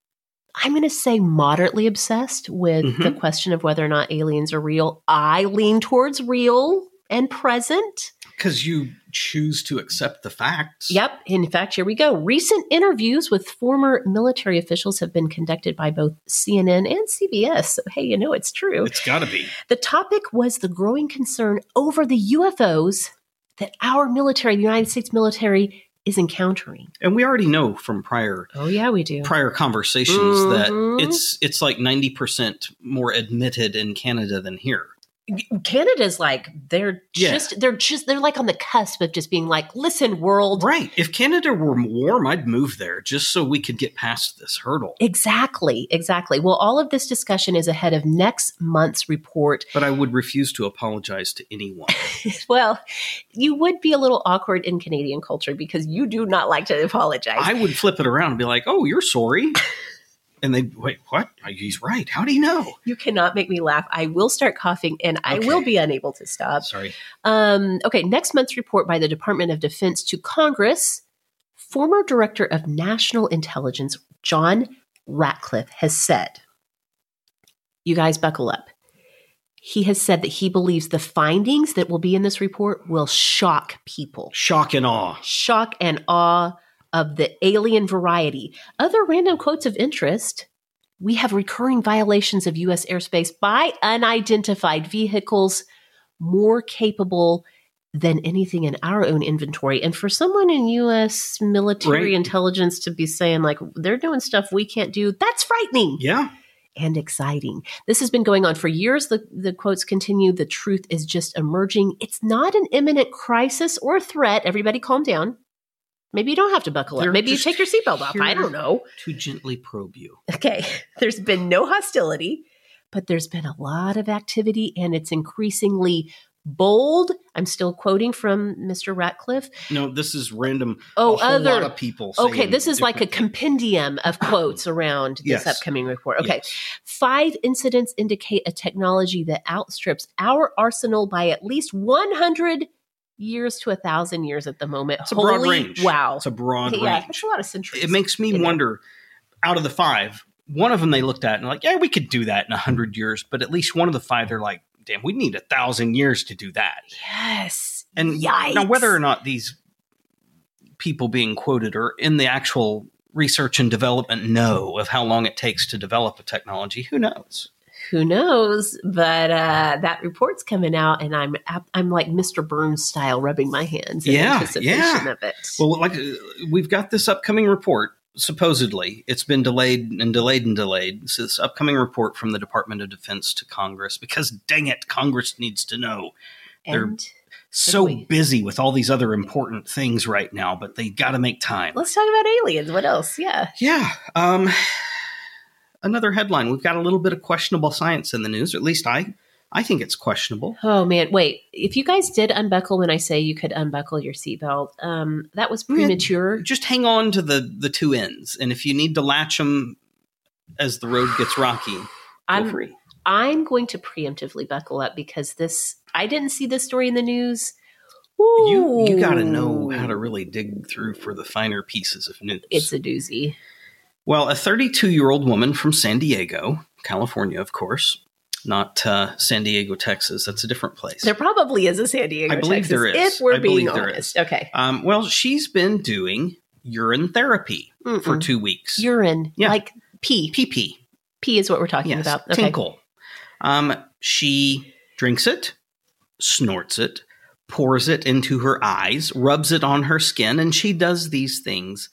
Speaker 1: I'm going to say, moderately obsessed with the question of whether or not aliens are real. I lean towards real and present.
Speaker 2: Because you choose to accept the facts.
Speaker 1: Yep. In fact, here we go. Recent interviews with former military officials have been conducted by both CNN and CBS. So, hey, you know it's true.
Speaker 2: It's got to be.
Speaker 1: The topic was the growing concern over the UFOs that our military, the United States military, is encountering.
Speaker 2: And we already know from prior
Speaker 1: Oh, yeah, we do.
Speaker 2: prior conversations
Speaker 1: Mhm.
Speaker 2: that it's it's like 90% more admitted in Canada than here.
Speaker 1: Canada's like, they're
Speaker 2: Yeah.
Speaker 1: just, they're just, they're like on the cusp of just being like, listen, world.
Speaker 2: Right. If Canada were warm, I'd move there just so we could get past this hurdle.
Speaker 1: Exactly, exactly. Well, all of this discussion is ahead of next month's report
Speaker 2: But I would refuse to apologize to anyone.
Speaker 1: Well, you would be a little awkward in Canadian culture because you do not like to apologize.
Speaker 2: I would flip it around and be like, "Oh, you're sorry," and they wait. What? He's right. How do you know?
Speaker 1: you cannot make me laugh. I will start coughing and I
Speaker 2: Okay.
Speaker 1: will be unable to stop.
Speaker 2: Sorry.
Speaker 1: Um, okay, next month's report by the Department of Defense to Congress, former Director of National Intelligence John Ratcliffe has said, You guys buckle up. He has said that he believes the findings that will be in this report will shock people.
Speaker 2: Shock and awe.
Speaker 1: shock and awe of the alien variety. Other random quotes of interest. We have recurring violations of U.S. airspace by unidentified vehicles more capable than anything in our own inventory. And for someone in U.S. military
Speaker 2: Right.
Speaker 1: intelligence to be saying, like, they're doing stuff we can't do, that's frightening
Speaker 2: Yeah.
Speaker 1: and exciting. This has been going on for years. The, the quotes continue. The truth is just emerging. It's not an imminent crisis or threat. Everybody calm down. Maybe you don't have to buckle
Speaker 2: They're
Speaker 1: up. Maybe you
Speaker 2: just
Speaker 1: take your seatbelt off. I
Speaker 2: here.
Speaker 1: don't know.
Speaker 2: To gently probe you.
Speaker 1: Okay. There's been no hostility, but there's been a lot of activity and it's increasingly bold. I'm still quoting from Mr. Ratcliffe.
Speaker 2: No, this is random.
Speaker 1: Oh,
Speaker 2: a whole
Speaker 1: other.
Speaker 2: lot of people.
Speaker 1: Okay,
Speaker 2: saying
Speaker 1: this is like a
Speaker 2: different
Speaker 1: compendium of quotes around this
Speaker 2: Yes.
Speaker 1: upcoming report.
Speaker 2: things.
Speaker 1: Okay.
Speaker 2: Yes.
Speaker 1: Five incidents indicate a technology that outstrips our arsenal by at least 100 years to 1,000 years at the moment.
Speaker 2: It's a broad
Speaker 1: Holy
Speaker 2: range.
Speaker 1: Wow.
Speaker 2: It's a broad
Speaker 1: yeah,
Speaker 2: range.
Speaker 1: that's a lot of centuries.
Speaker 2: It makes me
Speaker 1: Yeah.
Speaker 2: wonder. Out of the five, one of them they looked at and like, yeah, we could do that in a hundred years. But at least one of the five, they're like, damn, we need a thousand years to do that.
Speaker 1: yes.
Speaker 2: And
Speaker 1: Yikes.
Speaker 2: now, whether or not these people being quoted are in the actual research and development know of how long it takes to develop a technology, who knows?
Speaker 1: Who knows? But uh, that report's coming out, and I'm I'm like Mr. Burns style, rubbing my hands in
Speaker 2: Yeah,
Speaker 1: anticipation
Speaker 2: yeah.
Speaker 1: of it.
Speaker 2: Well, like uh, we've got this upcoming report. Supposedly, it's been delayed and delayed and delayed. So this upcoming report from the Department of Defense to Congress, because dang it, Congress needs to know. they're-
Speaker 1: and
Speaker 2: So
Speaker 1: Agreed.
Speaker 2: busy with all these other important things right now, but they got to make time.
Speaker 1: let's talk about aliens. What else? Yeah.
Speaker 2: Yeah. Um, another headline. We've got a little bit of questionable science in the news. Or at least I, I think it's questionable.
Speaker 1: Oh man, wait. If you guys did unbuckle when I say you could unbuckle your seatbelt, um, that was
Speaker 2: Yeah.
Speaker 1: premature.
Speaker 2: Just hang on to the the two ends, and if you need to latch them as the road gets rocky, feel
Speaker 1: I'm
Speaker 2: free.
Speaker 1: I'm going to preemptively buckle up because this I didn't see this story in the news.
Speaker 2: You you got to know
Speaker 1: Ooh.
Speaker 2: how to really dig through for the finer pieces of news.
Speaker 1: It's a doozy.
Speaker 2: Well, a 32 year old woman from San Diego, California, of course, not uh, San Diego, Texas. That's a different place.
Speaker 1: There probably is a San Diego.
Speaker 2: I believe
Speaker 1: Texas,
Speaker 2: there is.
Speaker 1: If we're
Speaker 2: I
Speaker 1: being
Speaker 2: believe there
Speaker 1: honest, okay.
Speaker 2: Um, well, she's been doing urine therapy for
Speaker 1: Mm-mm.
Speaker 2: two weeks.
Speaker 1: urine,
Speaker 2: Yeah.
Speaker 1: like pee.
Speaker 2: pee pee.
Speaker 1: Pee is what we're talking
Speaker 2: Yes,
Speaker 1: about. Okay.
Speaker 2: tinkle. Um, she drinks it, snorts it, pours it into her eyes, rubs it on her skin, and she does these things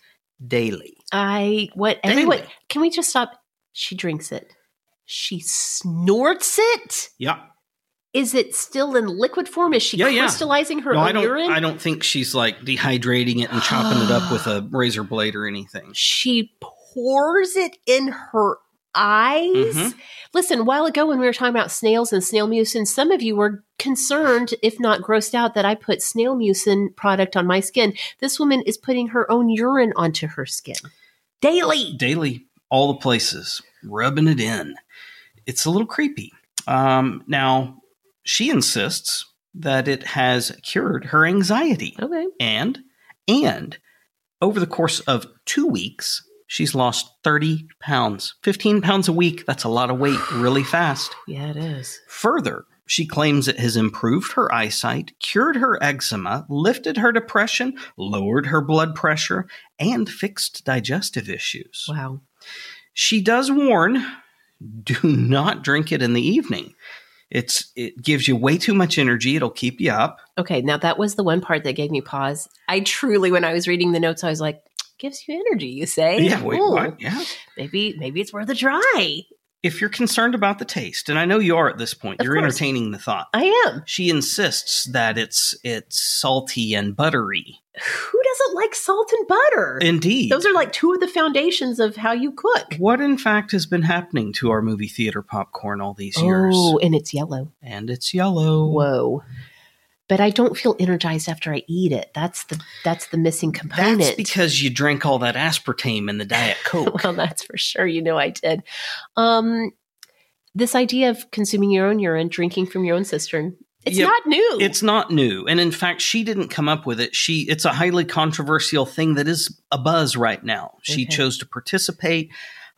Speaker 2: daily.
Speaker 1: I what everyone.
Speaker 2: Daily.
Speaker 1: Can we just stop? She drinks it. She snorts it.
Speaker 2: Yeah.
Speaker 1: Is it still in liquid form? Is she
Speaker 2: Yeah, yeah.
Speaker 1: crystallizing her
Speaker 2: No,
Speaker 1: own
Speaker 2: I don't.
Speaker 1: urine?
Speaker 2: I don't think she's like dehydrating it and chopping it up with a razor blade or anything.
Speaker 1: she pours it in her eyes.
Speaker 2: Mhm.
Speaker 1: Listen, a while ago when we were talking about snails and snail mucin, some of you were concerned, if not grossed out, that I put snail mucin product on my skin. This woman is putting her own urine onto her skin daily.
Speaker 2: Daily, all the places, rubbing it in. it's a little creepy. Um, now, she insists that it has cured her anxiety.
Speaker 1: Okay.
Speaker 2: And, and over the course of two weeks, she's lost 30 pounds. 15 pounds a week. That's a lot of weight really fast.
Speaker 1: Yeah, it is.
Speaker 2: Further, she claims it has improved her eyesight, cured her eczema, lifted her depression, lowered her blood pressure, and fixed digestive issues.
Speaker 1: Wow.
Speaker 2: She does warn do not drink it in the evening. It's it gives you way too much energy. It'll keep you up.
Speaker 1: Okay. Now that was the one part that gave me pause. I truly, when I was reading the notes, I was like, gives you energy, you say?
Speaker 2: Yeah, wait,
Speaker 1: Ooh,
Speaker 2: what? Yeah.
Speaker 1: Maybe maybe it's worth a try.
Speaker 2: If you're concerned about the taste, and I know you are at this point,
Speaker 1: Of
Speaker 2: you're
Speaker 1: course.
Speaker 2: entertaining the thought.
Speaker 1: I am.
Speaker 2: She insists that it's it's salty and buttery.
Speaker 1: Who doesn't like salt and butter?
Speaker 2: Indeed.
Speaker 1: Those are like two of the foundations of how you cook.
Speaker 2: what in fact has been happening to our movie theater popcorn all these years?
Speaker 1: Oh, and it's yellow.
Speaker 2: And it's yellow.
Speaker 1: Whoa. But I don't feel energized after I eat it. That's the that's the missing component.
Speaker 2: That's because you drank all that aspartame in the Diet Coke.
Speaker 1: well, that's for sure. You know I did. Um this idea of consuming your own urine, drinking from your own cistern, it's
Speaker 2: Yep.
Speaker 1: not new.
Speaker 2: It's not new, and in fact, she didn't come up with it. She it's a highly controversial thing that is a buzz right now. She
Speaker 1: Okay.
Speaker 2: chose to participate.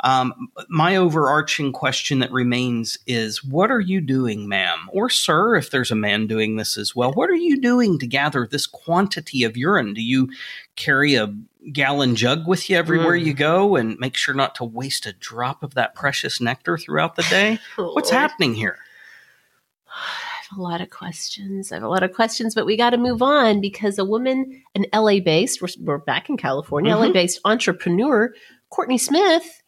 Speaker 2: Um, my overarching question that remains is: What are you doing, ma'am or sir? If there's a man doing this as well, what are you doing to gather this quantity of urine? Do you carry a gallon jug with you everywhere
Speaker 1: Mm.
Speaker 2: you go and make sure not to waste a drop of that precious nectar throughout the day? What's
Speaker 1: Lord.
Speaker 2: happening here?
Speaker 1: I have a lot of questions. I have a lot of questions, but we got to move on because a woman, an LA based, we're, we're back in California,
Speaker 2: Mhm.
Speaker 1: LA based entrepreneur, Courtney Smith,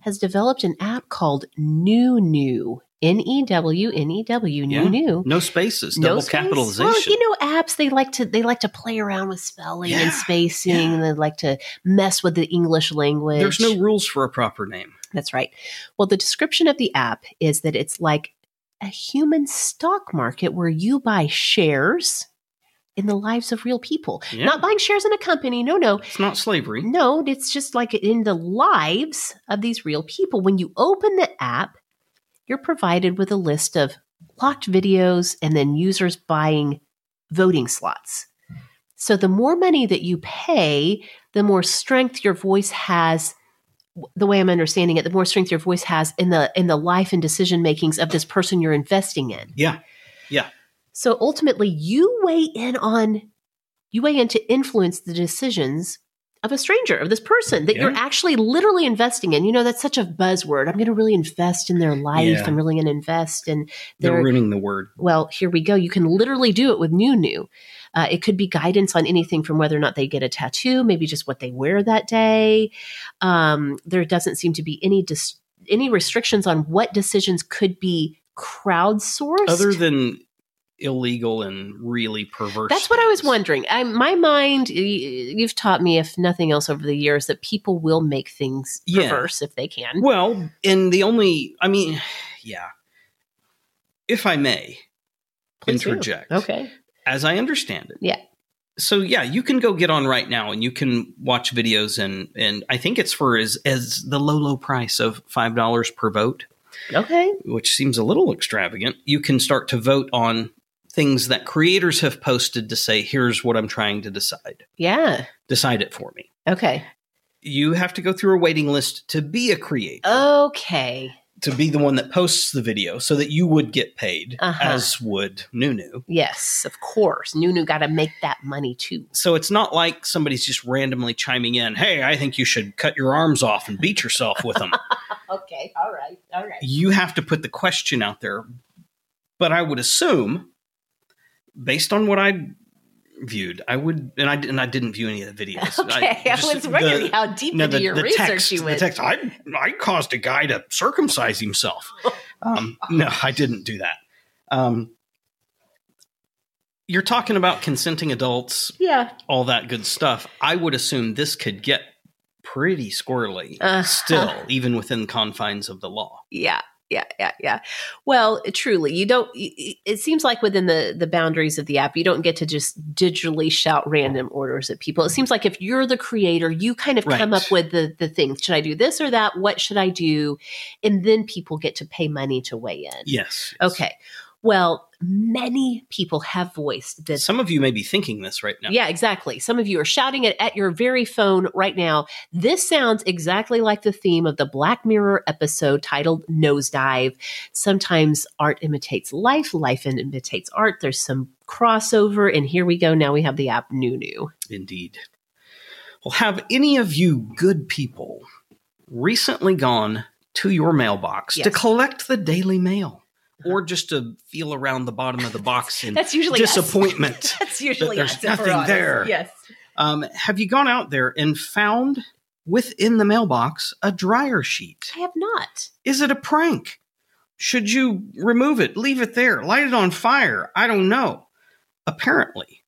Speaker 1: has developed an app called New New, N E W N E W, New
Speaker 2: Yeah.
Speaker 1: New.
Speaker 2: No spaces,
Speaker 1: No
Speaker 2: double
Speaker 1: space.
Speaker 2: capitalization.
Speaker 1: Well, you know, apps they like to they like to play around with spelling
Speaker 2: Yeah,
Speaker 1: and spacing,
Speaker 2: yeah.
Speaker 1: and they like to mess with the English language.
Speaker 2: There's no rules for a proper name.
Speaker 1: That's right. Well, the description of the app is that it's like a human stock market where you buy shares in the lives of real people.
Speaker 2: Yeah.
Speaker 1: Not buying shares in a company. No, no.
Speaker 2: It's not slavery.
Speaker 1: No, it's just like in the lives of these real people. When you open the app, you're provided with a list of locked videos and then users buying voting slots. So the more money that you pay, the more strength your voice has the way I'm understanding it, the more strength your voice has in the in the life and decision makings of this person you're investing in.
Speaker 2: Yeah.
Speaker 1: So ultimately, you weigh in on, you weigh in to influence the decisions of a stranger, of this person that you're
Speaker 2: Yeah.
Speaker 1: actually literally investing in. You know, that's such a buzzword. I'm going to really invest in their life.
Speaker 2: Yeah.
Speaker 1: I'm really going to invest in
Speaker 2: They're
Speaker 1: their.
Speaker 2: ruining the word.
Speaker 1: well, here we go. You can literally do it with new new. Uh, it could be guidance on anything from whether or not they get a tattoo, maybe just what they wear that day. Um, there doesn't seem to be any dis- any restrictions on what decisions could be crowdsourced.
Speaker 2: Other than illegal and really perverse.
Speaker 1: That's what I was
Speaker 2: things.
Speaker 1: wondering. I, my mind, y- you've taught me, if nothing else, over the years, that people will make things
Speaker 2: Yeah.
Speaker 1: perverse if they can.
Speaker 2: Well, and the only, I mean, yeah. If I may
Speaker 1: Please do.
Speaker 2: interject,
Speaker 1: Okay.
Speaker 2: as I understand it.
Speaker 1: Yeah.
Speaker 2: So yeah, you can go get on right now and you can watch videos and and I think it's for as as the low low price of five dollars per vote.
Speaker 1: Okay.
Speaker 2: which seems a little extravagant, you can start to vote on things that creators have posted to say, here's what I'm trying to decide.
Speaker 1: Yeah.
Speaker 2: Decide it for me.
Speaker 1: Okay.
Speaker 2: You have to go through a waiting list to be a creator,
Speaker 1: Oh. Okay.
Speaker 2: to be the one that posts the video so that you would get paid,
Speaker 1: Uh-huh.
Speaker 2: as would Nunu.
Speaker 1: Yes, of course. Nunu got to make that money too.
Speaker 2: So it's not like somebody's just randomly chiming in, hey, I think you should cut your arms off and beat yourself with them.
Speaker 1: Okay. All right. All right.
Speaker 2: you have to put the question out there. But I would assume, based on what I viewed, I would, and I and I didn't view any of the videos.
Speaker 1: Okay. I,
Speaker 2: just-
Speaker 1: was wondering
Speaker 2: the-
Speaker 1: how deep
Speaker 2: no,
Speaker 1: into
Speaker 2: the,
Speaker 1: your
Speaker 2: the
Speaker 1: research
Speaker 2: text,
Speaker 1: you went.
Speaker 2: The text. I I caused a guy to circumcise himself. Um, no, I didn't do that. Um, you're talking about consenting adults,
Speaker 1: Yeah.
Speaker 2: all that good stuff. I would assume this could get pretty squirrely
Speaker 1: Uh-huh.
Speaker 2: still, even within confines of the law.
Speaker 1: Yeah. yeah, yeah, yeah. Well, truly, you don't. It seems like within the the boundaries of the app, you don't get to just digitally shout random orders at people. It seems like if you're the creator, you kind of
Speaker 2: Right.
Speaker 1: come up with the the thing. Should I do this or that? What should I do? And then people get to pay money to weigh in.
Speaker 2: Yes.
Speaker 1: Okay. Well, many people have voiced that
Speaker 2: Some of you may be thinking this right now.
Speaker 1: yeah, exactly. Some of you are shouting it at your very phone right now. This sounds exactly like the theme of the Black Mirror episode titled Nosedive. Sometimes art imitates life, life imitates art. There's some crossover, and here we go. Now we have the app Nunu.
Speaker 2: Mm. Indeed. Well, have any of you good people recently gone to your mailbox
Speaker 1: Yes. Uh-huh.
Speaker 2: to collect the Daily Mail or just to feel around the bottom of the box in
Speaker 1: That's usually us.
Speaker 2: disappointment?
Speaker 1: That's usually
Speaker 2: there's
Speaker 1: us, if we're
Speaker 2: nothing
Speaker 1: honest.
Speaker 2: there.
Speaker 1: Yes.
Speaker 2: um, have you gone out there and found within the mailbox a dryer sheet?
Speaker 1: I have not.
Speaker 2: Is it a prank? Should you remove it, leave it there, light it on fire? I don't know. Apparently,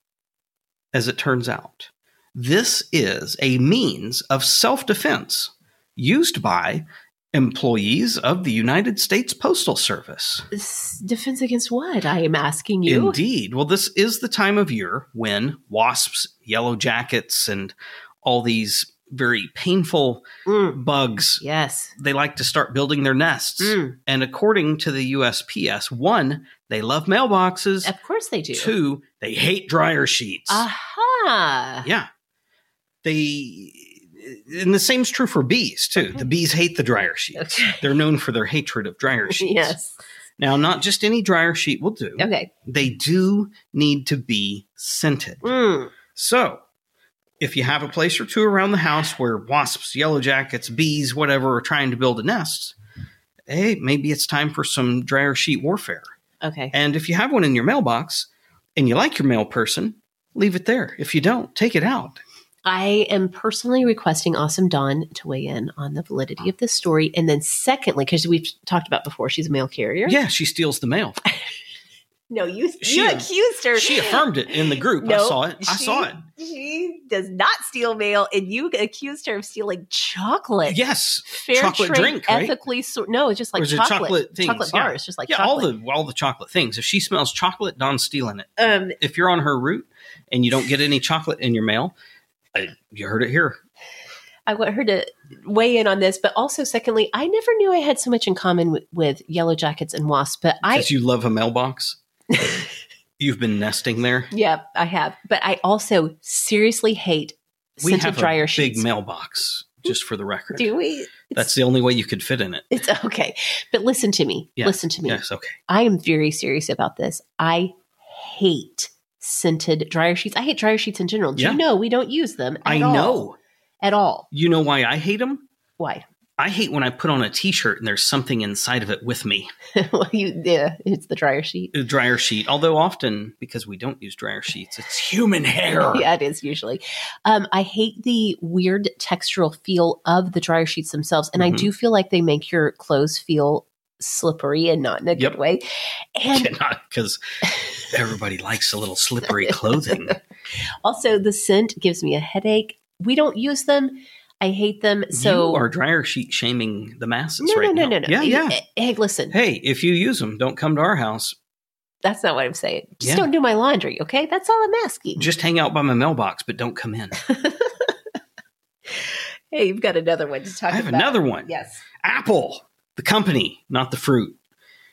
Speaker 2: as it turns out, this is a means of self defense used by employees of the United States Postal Service.
Speaker 1: This defense against what? I am asking you.
Speaker 2: Indeed. Well, this is the time of year when wasps, yellow jackets, and all these very painful
Speaker 1: Mm.
Speaker 2: bugs
Speaker 1: Yes.
Speaker 2: they like to start building their nests.
Speaker 1: Mm.
Speaker 2: And according to the USPS, one, they love mailboxes.
Speaker 1: Of course they do.
Speaker 2: Two, they hate dryer sheets.
Speaker 1: Ah. Aha.
Speaker 2: Yeah. They and the same's true for bees too.
Speaker 1: Okay.
Speaker 2: The bees hate the dryer sheets.
Speaker 1: Okay.
Speaker 2: They're known for their hatred of dryer sheets.
Speaker 1: Yes.
Speaker 2: Now, not just any dryer sheet will do.
Speaker 1: Okay.
Speaker 2: They do need to be scented.
Speaker 1: Mm.
Speaker 2: So, if you have a place or two around the house where wasps, yellow jackets, bees, whatever are trying to build a nest, hey, maybe it's time for some dryer sheet warfare.
Speaker 1: Okay.
Speaker 2: And if you have one in your mailbox and you like your mail person, leave it there. If you don't, take it out.
Speaker 1: I am personally requesting Awesome Dawn to weigh in on the validity of this story. And then, secondly, because we've talked about before, she's a mail carrier.
Speaker 2: Yeah, she steals the mail.
Speaker 1: No, you,
Speaker 2: She-
Speaker 1: you accused her.
Speaker 2: She affirmed it in the group. I
Speaker 1: No,
Speaker 2: saw it. I
Speaker 1: she-
Speaker 2: saw it.
Speaker 1: She does not steal mail, and you accused her of stealing chocolate.
Speaker 2: Yes.
Speaker 1: Fair
Speaker 2: chocolate
Speaker 1: trade,
Speaker 2: drink, right?
Speaker 1: ethically sor- No, it's just like
Speaker 2: Or is it
Speaker 1: chocolate.
Speaker 2: chocolate things? Yeah.
Speaker 1: bars, just like
Speaker 2: yeah, all
Speaker 1: chocolate.
Speaker 2: the all the chocolate things. If she smells chocolate, Don's stealing it.
Speaker 1: um,
Speaker 2: if you're on her route and you don't get any chocolate in your mail, I, you heard it here.
Speaker 1: I want her to weigh in on this, but also, secondly, I never knew I had so much in common wi- with yellow jackets and wasps. But I,
Speaker 2: Because you love a mailbox. You've been nesting there.
Speaker 1: yeah, I have. But I also seriously hate
Speaker 2: We
Speaker 1: scented
Speaker 2: have
Speaker 1: dryer
Speaker 2: a
Speaker 1: sheets.
Speaker 2: big mailbox, just for the record.
Speaker 1: Do we?
Speaker 2: That's the only way you could fit in it.
Speaker 1: It's okay. But listen to me.
Speaker 2: Yeah.
Speaker 1: Listen to me.
Speaker 2: Yes, okay.
Speaker 1: I am very serious about this. I hate scented dryer sheets. I hate dryer sheets in general. Do
Speaker 2: Yeah.
Speaker 1: you know we don't use them? At
Speaker 2: I
Speaker 1: all.
Speaker 2: know.
Speaker 1: At all.
Speaker 2: You know why I hate them?
Speaker 1: Why?
Speaker 2: I hate when I put on a t-shirt and there's something inside of it with me.
Speaker 1: well, you, yeah, it's the dryer sheet.
Speaker 2: A dryer sheet. Although often, because we don't use dryer sheets, it's human hair.
Speaker 1: Yeah, it is usually. Um, I hate the weird textural feel of the dryer sheets themselves. And I
Speaker 2: Mhm.
Speaker 1: do feel like they make your clothes feel slippery and not in a
Speaker 2: Yep.
Speaker 1: good way. And
Speaker 2: Because everybody likes a little slippery clothing.
Speaker 1: Also, the scent gives me a headache. We don't use them. I hate them. So
Speaker 2: you are dryer sheet shaming the masses
Speaker 1: no,
Speaker 2: right
Speaker 1: no, no, no,
Speaker 2: now.
Speaker 1: no.
Speaker 2: Yeah,
Speaker 1: You-
Speaker 2: yeah.
Speaker 1: eh, Hey, listen,
Speaker 2: Hey, if you use them, don't come to our house.
Speaker 1: that's not what I'm saying. Just
Speaker 2: Yeah.
Speaker 1: don't do my laundry, okay? That's all I'm asking.
Speaker 2: Just hang out by my mailbox, but don't come in.
Speaker 1: Hey, you've got another one to talk
Speaker 2: I have
Speaker 1: about.
Speaker 2: another one.
Speaker 1: Yes.
Speaker 2: Apple, the company, not the fruit.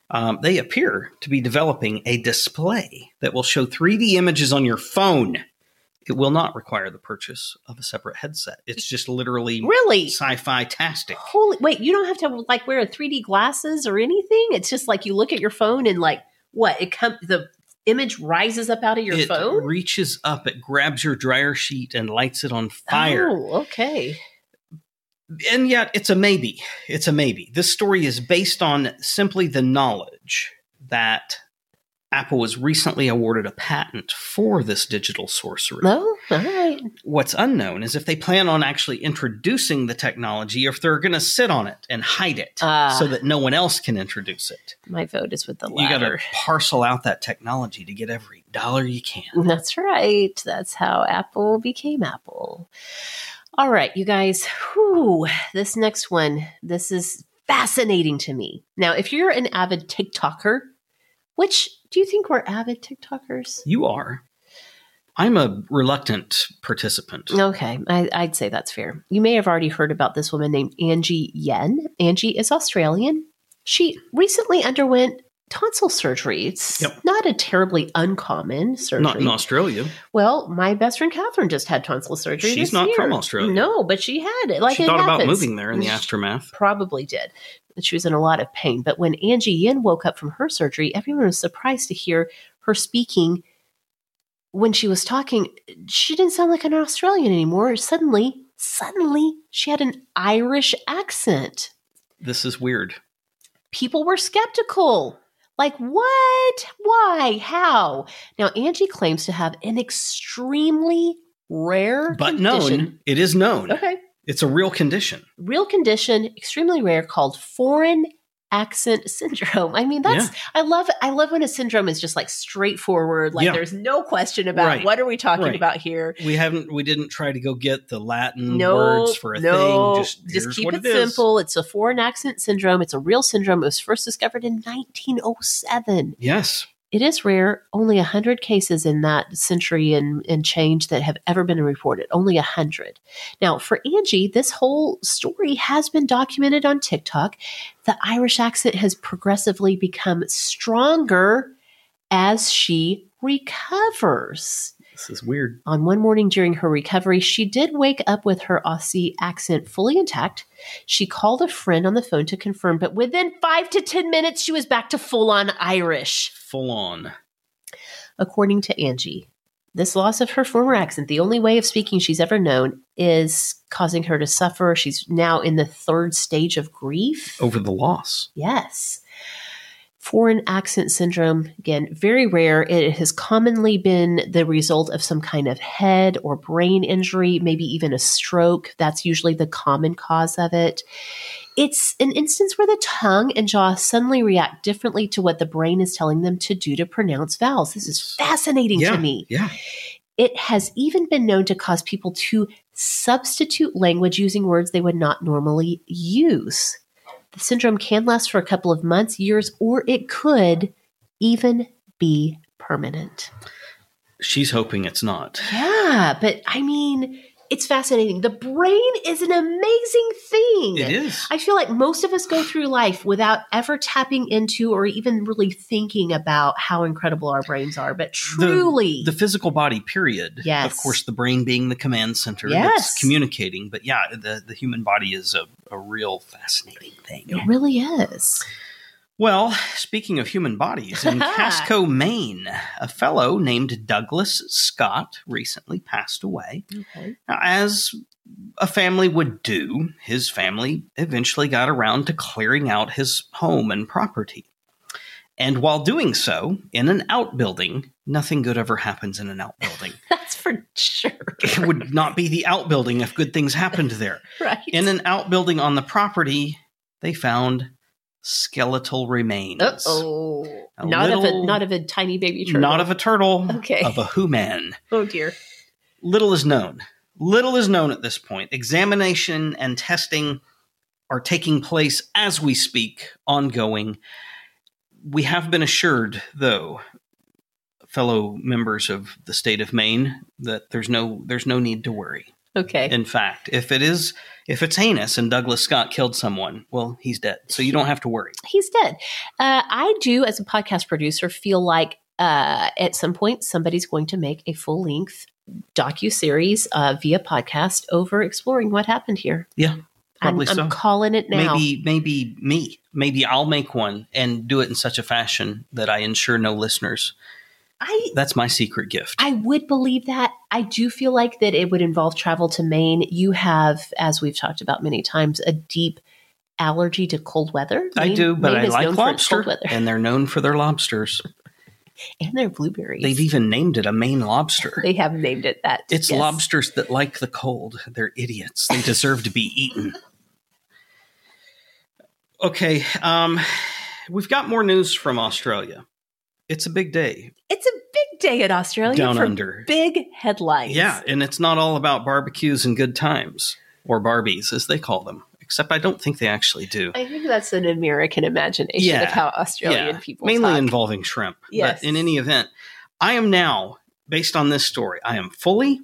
Speaker 2: Um, they appear to be developing a display that will show 3D images on your phone. It will not require the purchase of a separate headset. It's just literally
Speaker 1: Really?
Speaker 2: sci-fi tastic.
Speaker 1: Holy wait, you don't have to like wear a 3D glasses or anything. It's just like you look at your phone and like what it comes the image rises up out of your
Speaker 2: it
Speaker 1: phone.
Speaker 2: reaches up, it grabs your dryer sheet and lights it on fire.
Speaker 1: Oh, okay.
Speaker 2: and yet it's a maybe. It's a maybe. This story is based on simply the knowledge that Apple was recently awarded a patent for this digital sorcery.
Speaker 1: No, all right.
Speaker 2: What's unknown is if they plan on actually introducing the technology or if they're going to sit on it and hide it
Speaker 1: Ah.
Speaker 2: so that no one else can introduce it.
Speaker 1: My vote is with the
Speaker 2: You got to
Speaker 1: latter.
Speaker 2: parcel out that technology to get every dollar you can.
Speaker 1: That's right. That's how Apple became Apple. All right, you guys. Whew, this next one. This is fascinating to me. Now, if you're an avid TikToker, which do you think we're avid TikTokers?
Speaker 2: You are. I'm a reluctant participant.
Speaker 1: Okay, I, I'd say that's fair. You may have already heard about this woman named Angie Yen. Angie is Australian. She recently underwent tonsil surgery. It's
Speaker 2: Yep.
Speaker 1: not a terribly uncommon surgery.
Speaker 2: Not in Australia.
Speaker 1: Well, my best friend Catherine just had tonsil surgery.
Speaker 2: She's
Speaker 1: this
Speaker 2: not
Speaker 1: year.
Speaker 2: from Australia.
Speaker 1: No, but she had it. Like
Speaker 2: she
Speaker 1: it
Speaker 2: thought about
Speaker 1: happens.
Speaker 2: moving there in the
Speaker 1: She
Speaker 2: aftermath.
Speaker 1: Probably did. And She was in a lot of pain. But when Angie Yin woke up from her surgery, everyone was surprised to hear her speaking. When she was talking, she didn't sound like an Australian anymore. Suddenly, suddenly, she had an Irish accent
Speaker 2: This is weird.
Speaker 1: people were skeptical. Like, what? Why? How? Now, Angie claims to have an extremely rare
Speaker 2: But
Speaker 1: condition.
Speaker 2: known, it is known.
Speaker 1: Okay.
Speaker 2: It's a real condition.
Speaker 1: Real condition, extremely rare, called foreign accent syndrome. I mean, that's I love I love when a syndrome is just like straightforward, like
Speaker 2: Yeah.
Speaker 1: there's no question about
Speaker 2: Right.
Speaker 1: what are we talking
Speaker 2: Right.
Speaker 1: about here.
Speaker 2: We haven't. We didn't try to go get the Latin
Speaker 1: No
Speaker 2: words for a
Speaker 1: no,
Speaker 2: thing. Just, here's
Speaker 1: keep
Speaker 2: what
Speaker 1: it,
Speaker 2: is.
Speaker 1: simple. It's a foreign accent syndrome. It's a real syndrome. It was first discovered in 1907.
Speaker 2: Yes,
Speaker 1: it is rare. Only 100 cases in that century and, and change that have ever been reported. Only 100. Now, for Angie, this whole story has been documented on TikTok. The Irish accent has progressively become stronger as she recovers.
Speaker 2: this is weird.
Speaker 1: On one morning during her recovery, she did wake up with her Aussie accent fully intact. She called a friend on the phone to confirm, but within five to 10 minutes, she was back to full on Irish
Speaker 2: Full on.
Speaker 1: according to Angie. This loss of her former accent, the only way of speaking she's ever known, is causing her to suffer. She's now in the third stage of grief.
Speaker 2: over the loss.
Speaker 1: Yes. Foreign accent syndrome, again, very rare. It has commonly been the result of some kind of head or brain injury, maybe even a stroke. That's usually the common cause of it. It's an instance where the tongue and jaw suddenly react differently to what the brain is telling them to do to pronounce vowels. This is fascinating
Speaker 2: Yeah.
Speaker 1: to me.
Speaker 2: Yeah.
Speaker 1: It has even been known to cause people to substitute language using words they would not normally use. The syndrome can last for a couple of months, years, or it could even be permanent.
Speaker 2: She's hoping it's not.
Speaker 1: Yeah, but I mean, it's fascinating. The brain is an amazing thing.
Speaker 2: It is.
Speaker 1: I feel like most of us go through life without ever tapping into or even really thinking about how incredible our brains are, but truly.
Speaker 2: The physical body, period.
Speaker 1: Yes.
Speaker 2: Of course, the brain being the command center
Speaker 1: Yes.
Speaker 2: that's communicating. But yeah, the, the human body is a, a real fascinating thing.
Speaker 1: it really is.
Speaker 2: Well, speaking of human bodies, in Casco, Maine, a fellow named Douglas Scott recently passed away.
Speaker 1: Okay.
Speaker 2: Now, as a family would do, his family eventually got around to clearing out his home and property. And while doing so, in an outbuilding, nothing good ever happens in an outbuilding.
Speaker 1: That's for sure.
Speaker 2: it would not be the outbuilding if good things happened there.
Speaker 1: Right.
Speaker 2: In an outbuilding on the property, they found skeletal remains.
Speaker 1: oh.
Speaker 2: A
Speaker 1: Not of a
Speaker 2: little-
Speaker 1: not of a tiny baby turtle.
Speaker 2: Not of a turtle,
Speaker 1: Okay.
Speaker 2: of a who man.
Speaker 1: Oh dear.
Speaker 2: little is known. Little is known at this point. Examination and testing are taking place as we speak, ongoing. We have been assured, though, fellow members of the state of Maine, that there's no there's no need to worry.
Speaker 1: Okay.
Speaker 2: In fact, if it is if it's heinous and Douglas Scott killed someone, well, he's dead, so you don't have to worry.
Speaker 1: He's dead. Uh, I do, as a podcast producer, feel like uh, at some point somebody's going to make a full length docu series uh, via podcast over exploring what happened here.
Speaker 2: Yeah,
Speaker 1: I'm,
Speaker 2: probably
Speaker 1: I'm
Speaker 2: so.
Speaker 1: calling it now.
Speaker 2: Maybe maybe me. Maybe I'll make one and do it in such a fashion that I ensure no listeners.
Speaker 1: I
Speaker 2: That's my secret gift.
Speaker 1: I would believe that. I do feel like that it would involve travel to Maine. You have, as we've talked about many times, a deep allergy to cold weather.
Speaker 2: I
Speaker 1: Maine-
Speaker 2: do, but
Speaker 1: Maine
Speaker 2: I
Speaker 1: is known
Speaker 2: like
Speaker 1: for its
Speaker 2: lobster,
Speaker 1: cold weather.
Speaker 2: and they're known for their lobsters.
Speaker 1: and their blueberries.
Speaker 2: They've even named it a Maine lobster.
Speaker 1: They have named it that.
Speaker 2: it's
Speaker 1: yes.
Speaker 2: lobsters that like the cold. They're idiots. They deserve to be eaten. Okay, um, we've got more news from Australia. It's a big day
Speaker 1: It's a big day in Australia
Speaker 2: down
Speaker 1: for
Speaker 2: under.
Speaker 1: big headlines.
Speaker 2: Yeah, and it's not all about barbecues and good times or Barbies, as they call them. except I don't think they actually do.
Speaker 1: I think that's an American imagination
Speaker 2: Yeah.
Speaker 1: of how Australian people
Speaker 2: mainly
Speaker 1: talk.
Speaker 2: involving shrimp.
Speaker 1: Yes.
Speaker 2: But in any event, I am now, based on this story, I am fully,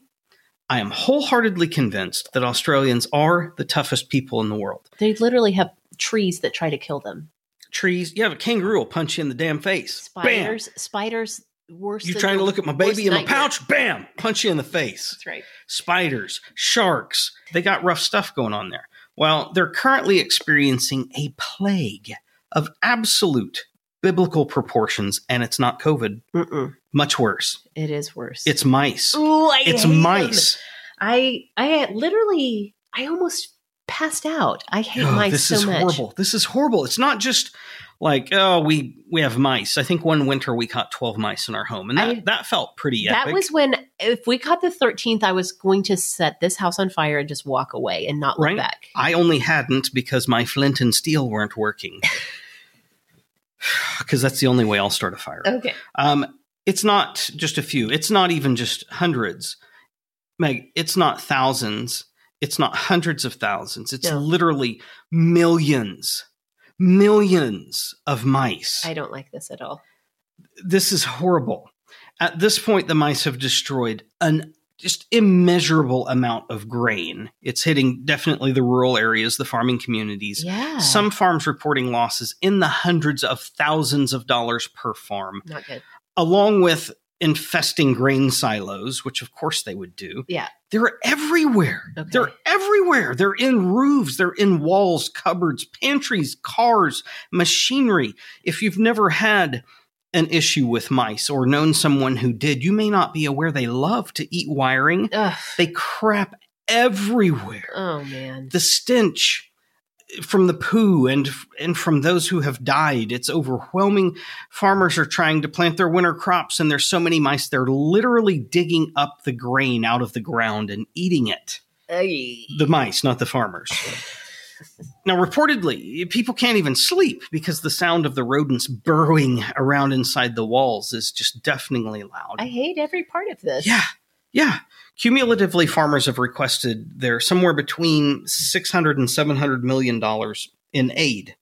Speaker 2: I am wholeheartedly convinced that Australians are the toughest people in the world.
Speaker 1: they literally have trees that try to kill them.
Speaker 2: Trees, you have a kangaroo will punch you in the damn face. Bam!
Speaker 1: Spiders, spiders worse.
Speaker 2: You
Speaker 1: than
Speaker 2: trying to
Speaker 1: your
Speaker 2: look at my
Speaker 1: worst
Speaker 2: baby in my
Speaker 1: nightmare.
Speaker 2: pouch? Bam! Punch you in the face.
Speaker 1: That's right.
Speaker 2: Spiders, sharks, they got rough stuff going on there. Well, they're currently experiencing a plague of absolute biblical proportions, and it's not COVID,
Speaker 1: Mm-mm.
Speaker 2: much worse.
Speaker 1: It is worse.
Speaker 2: It's mice.
Speaker 1: Ooh, I
Speaker 2: It's
Speaker 1: hate them.
Speaker 2: mice.
Speaker 1: I I literally I almost passed out. I hate
Speaker 2: Oh,
Speaker 1: mice
Speaker 2: this
Speaker 1: so
Speaker 2: is
Speaker 1: much.
Speaker 2: horrible. This is horrible. It's not just like oh we we have mice. I think one winter we caught twelve mice in our home, and that,
Speaker 1: I-
Speaker 2: that felt pretty.
Speaker 1: That
Speaker 2: epic.
Speaker 1: was when if we caught the 13th I was going to set this house on fire and just walk away and not look
Speaker 2: Right.
Speaker 1: back.
Speaker 2: I only hadn't because my flint and steel weren't working. Because that's the only way I'll start a fire.
Speaker 1: Okay.
Speaker 2: Um, it's not just a few. It's not even just hundreds. Meg, it's not thousands. It's not hundreds of thousands. It's
Speaker 1: No.
Speaker 2: literally millions, millions of mice.
Speaker 1: I don't like this at all.
Speaker 2: this is horrible. At this point, the mice have destroyed an just immeasurable amount of grain. It's hitting definitely the rural areas, the farming communities.
Speaker 1: Yeah.
Speaker 2: Some farms reporting losses in the hundreds of thousands of dollars per farm
Speaker 1: not good.
Speaker 2: along with infesting grain silos, which of course they would do.
Speaker 1: Yeah.
Speaker 2: They're everywhere.
Speaker 1: Okay.
Speaker 2: They're everywhere. They're in roofs, they're in walls, cupboards, pantries, cars, machinery. If you've never had an issue with mice or known someone who did, you may not be aware they love to eat wiring.
Speaker 1: Ugh.
Speaker 2: They crap everywhere
Speaker 1: Oh man.
Speaker 2: the stench from the poo and and from those who have died it's overwhelming farmers are trying to plant their winter crops and there's so many mice they're literally digging up the grain out of the ground and eating it
Speaker 1: Ay.
Speaker 2: the mice not the farmers now reportedly people can't even sleep because the sound of the rodents burrowing around inside the walls is just deafeningly loud
Speaker 1: I hate every part of this.
Speaker 2: yeah. Yeah. Cumulatively, farmers have requested there somewhere between 600 and 700 million dollars in aid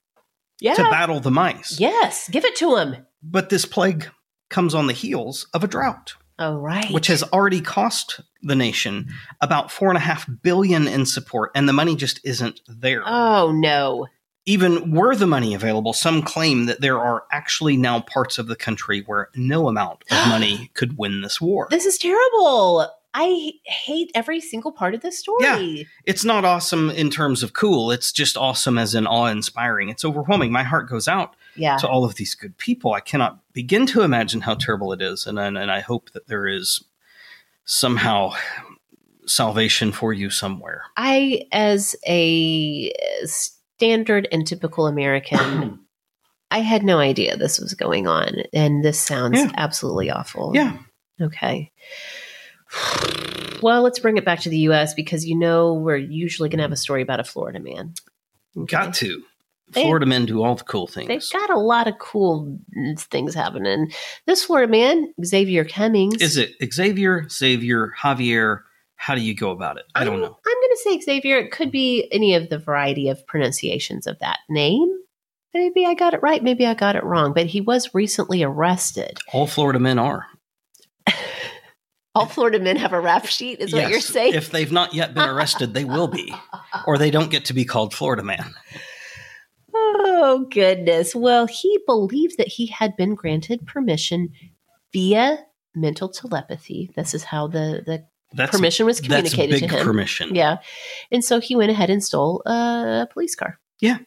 Speaker 1: Yeah.
Speaker 2: to battle the mice.
Speaker 1: Yes, give it to him.
Speaker 2: But this plague comes on the heels of a drought,
Speaker 1: Oh right.
Speaker 2: which has already cost the nation about four and a half billion in support, and the money just isn't there.
Speaker 1: Oh no.
Speaker 2: Even were the money available, some claim that there are actually now parts of the country where no amount of money could win this war.
Speaker 1: This is terrible. I hate every single part of this story.
Speaker 2: Yeah. it's not awesome in terms of cool. It's just awesome as in awe inspiring. It's overwhelming. My heart goes out
Speaker 1: Yeah.
Speaker 2: to all of these good people. I cannot begin to imagine how terrible it is. And, and, and I hope that there is somehow salvation for you somewhere.
Speaker 1: I, as a standard and typical American, I had no idea this was going on, and this sounds
Speaker 2: Yeah.
Speaker 1: absolutely awful.
Speaker 2: Yeah.
Speaker 1: Okay. Well, let's bring it back to the U.S. because you know we're usually going to have a story about a Florida man.
Speaker 2: Got to.
Speaker 1: They-
Speaker 2: Florida men do all the cool things.
Speaker 1: They've got a lot of cool things happening. This Florida man, Xavier Cummings,
Speaker 2: is it Xavier, Xavier, Javier? How do you go about it? I don't
Speaker 1: I'm-
Speaker 2: know.
Speaker 1: I'm going to say Xavier. It could be any of the variety of pronunciations of that name. Maybe I got it right. Maybe I got it wrong. But he was recently arrested.
Speaker 2: All Florida men are.
Speaker 1: All Florida men have a rap sheet, is what you're
Speaker 2: Yes.
Speaker 1: saying.
Speaker 2: If they've not yet been arrested, they will be, or they don't get to be called Florida man.
Speaker 1: oh, goodness. Well, he believed that he had been granted permission via mental telepathy. This is how the, the
Speaker 2: That's
Speaker 1: permission was
Speaker 2: that's
Speaker 1: communicated
Speaker 2: big
Speaker 1: to him.
Speaker 2: permission.
Speaker 1: Yeah. And so he went ahead and stole a police car.
Speaker 2: Yeah.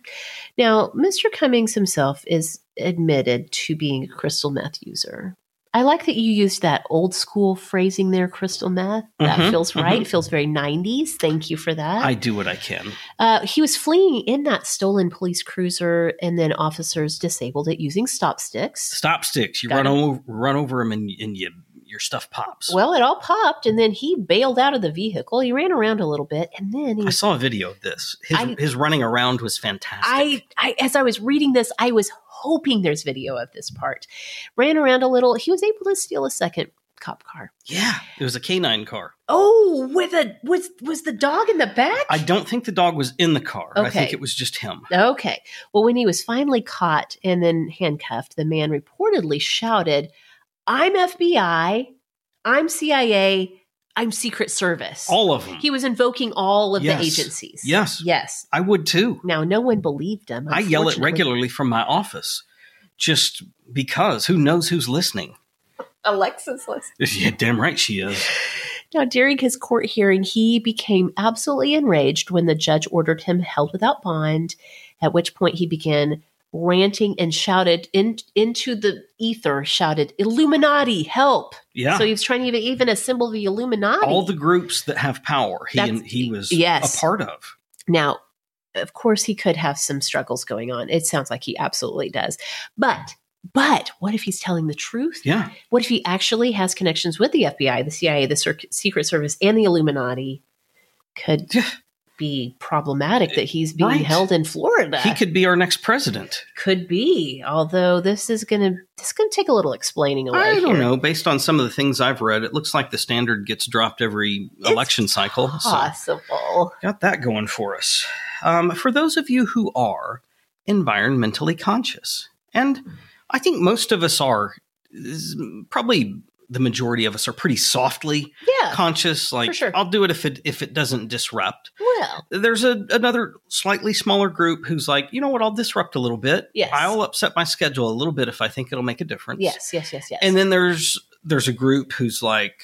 Speaker 1: Now, Mr. Cummings himself is admitted to being a crystal meth user. I like that you used that old school phrasing there, crystal meth. That
Speaker 2: Mhm,
Speaker 1: feels right.
Speaker 2: mhm.
Speaker 1: It feels very 90s. Thank you for that.
Speaker 2: I do what I can.
Speaker 1: uh, he was fleeing in that stolen police cruiser, and then officers disabled it using stop sticks.
Speaker 2: Stop sticks. You
Speaker 1: Got
Speaker 2: run
Speaker 1: it.
Speaker 2: over, run over them, and, and you, your stuff pops.
Speaker 1: Well, it all popped, and then he bailed out of the vehicle. He ran around a little bit, and then he
Speaker 2: I
Speaker 1: was
Speaker 2: saw a video of this. His,
Speaker 1: I-
Speaker 2: his running around was fantastic.
Speaker 1: I, I as I was reading this, I was hoping there's video of this part. Ran around a little. He was able to steal a second cop car.
Speaker 2: Yeah, it was a canine car.
Speaker 1: Oh, with a was was the dog in the back?
Speaker 2: I don't think the dog was in the car. I
Speaker 1: Okay.
Speaker 2: think it was just him.
Speaker 1: Okay. Well, when he was finally caught and then handcuffed, the man reportedly shouted, "I'm FBI, I'm CIA, I'm Secret Service."
Speaker 2: All of them.
Speaker 1: he was invoking all of
Speaker 2: Yes.
Speaker 1: the agencies.
Speaker 2: yes,
Speaker 1: Yes.
Speaker 2: I would too.
Speaker 1: Now, no one believed him.
Speaker 2: I yell it
Speaker 1: unfortunately.
Speaker 2: regularly from my office just because who knows who's listening.
Speaker 1: Alexis listening.
Speaker 2: Yeah, damn right she is.
Speaker 1: Now, during his court hearing, he became absolutely enraged when the judge ordered him held without bond, at which point he began ranting and shouted in, into the ether, shouted, Illuminati, help.
Speaker 2: Yeah.
Speaker 1: So he was trying to even, even assemble the Illuminati.
Speaker 2: all the groups that have power he
Speaker 1: That's-
Speaker 2: he was
Speaker 1: yes.
Speaker 2: a part of.
Speaker 1: now, of course, he could have some struggles going on. It sounds like he absolutely does. But, but what if he's telling the truth?
Speaker 2: Yeah.
Speaker 1: What if he actually has connections with the FBI, the CIA, the Cir- Secret Service, and the Illuminati? Could
Speaker 2: Yeah.
Speaker 1: be problematic that he's being
Speaker 2: Right.
Speaker 1: held in Florida.
Speaker 2: He could be our next president.
Speaker 1: Could be, although this is gonna this is gonna take a little explaining away.
Speaker 2: I don't
Speaker 1: here.
Speaker 2: know. Based on some of the things I've read, it looks like the standard gets dropped every
Speaker 1: It's
Speaker 2: election cycle. So
Speaker 1: Possible.
Speaker 2: got that going for us. Um, for those of you who are environmentally conscious, and I think most of us are, is- probably the majority of us are pretty softly
Speaker 1: Yeah.
Speaker 2: conscious. Like
Speaker 1: sure.
Speaker 2: I'll do it if it if it doesn't disrupt.
Speaker 1: Well,
Speaker 2: there's a, another slightly smaller group who's like, you know what, I'll disrupt a little bit.
Speaker 1: Yes.
Speaker 2: I'll upset my schedule a little bit if I think it'll make a difference.
Speaker 1: yes, yes, yes, yes.
Speaker 2: And then there's there's a group who's like,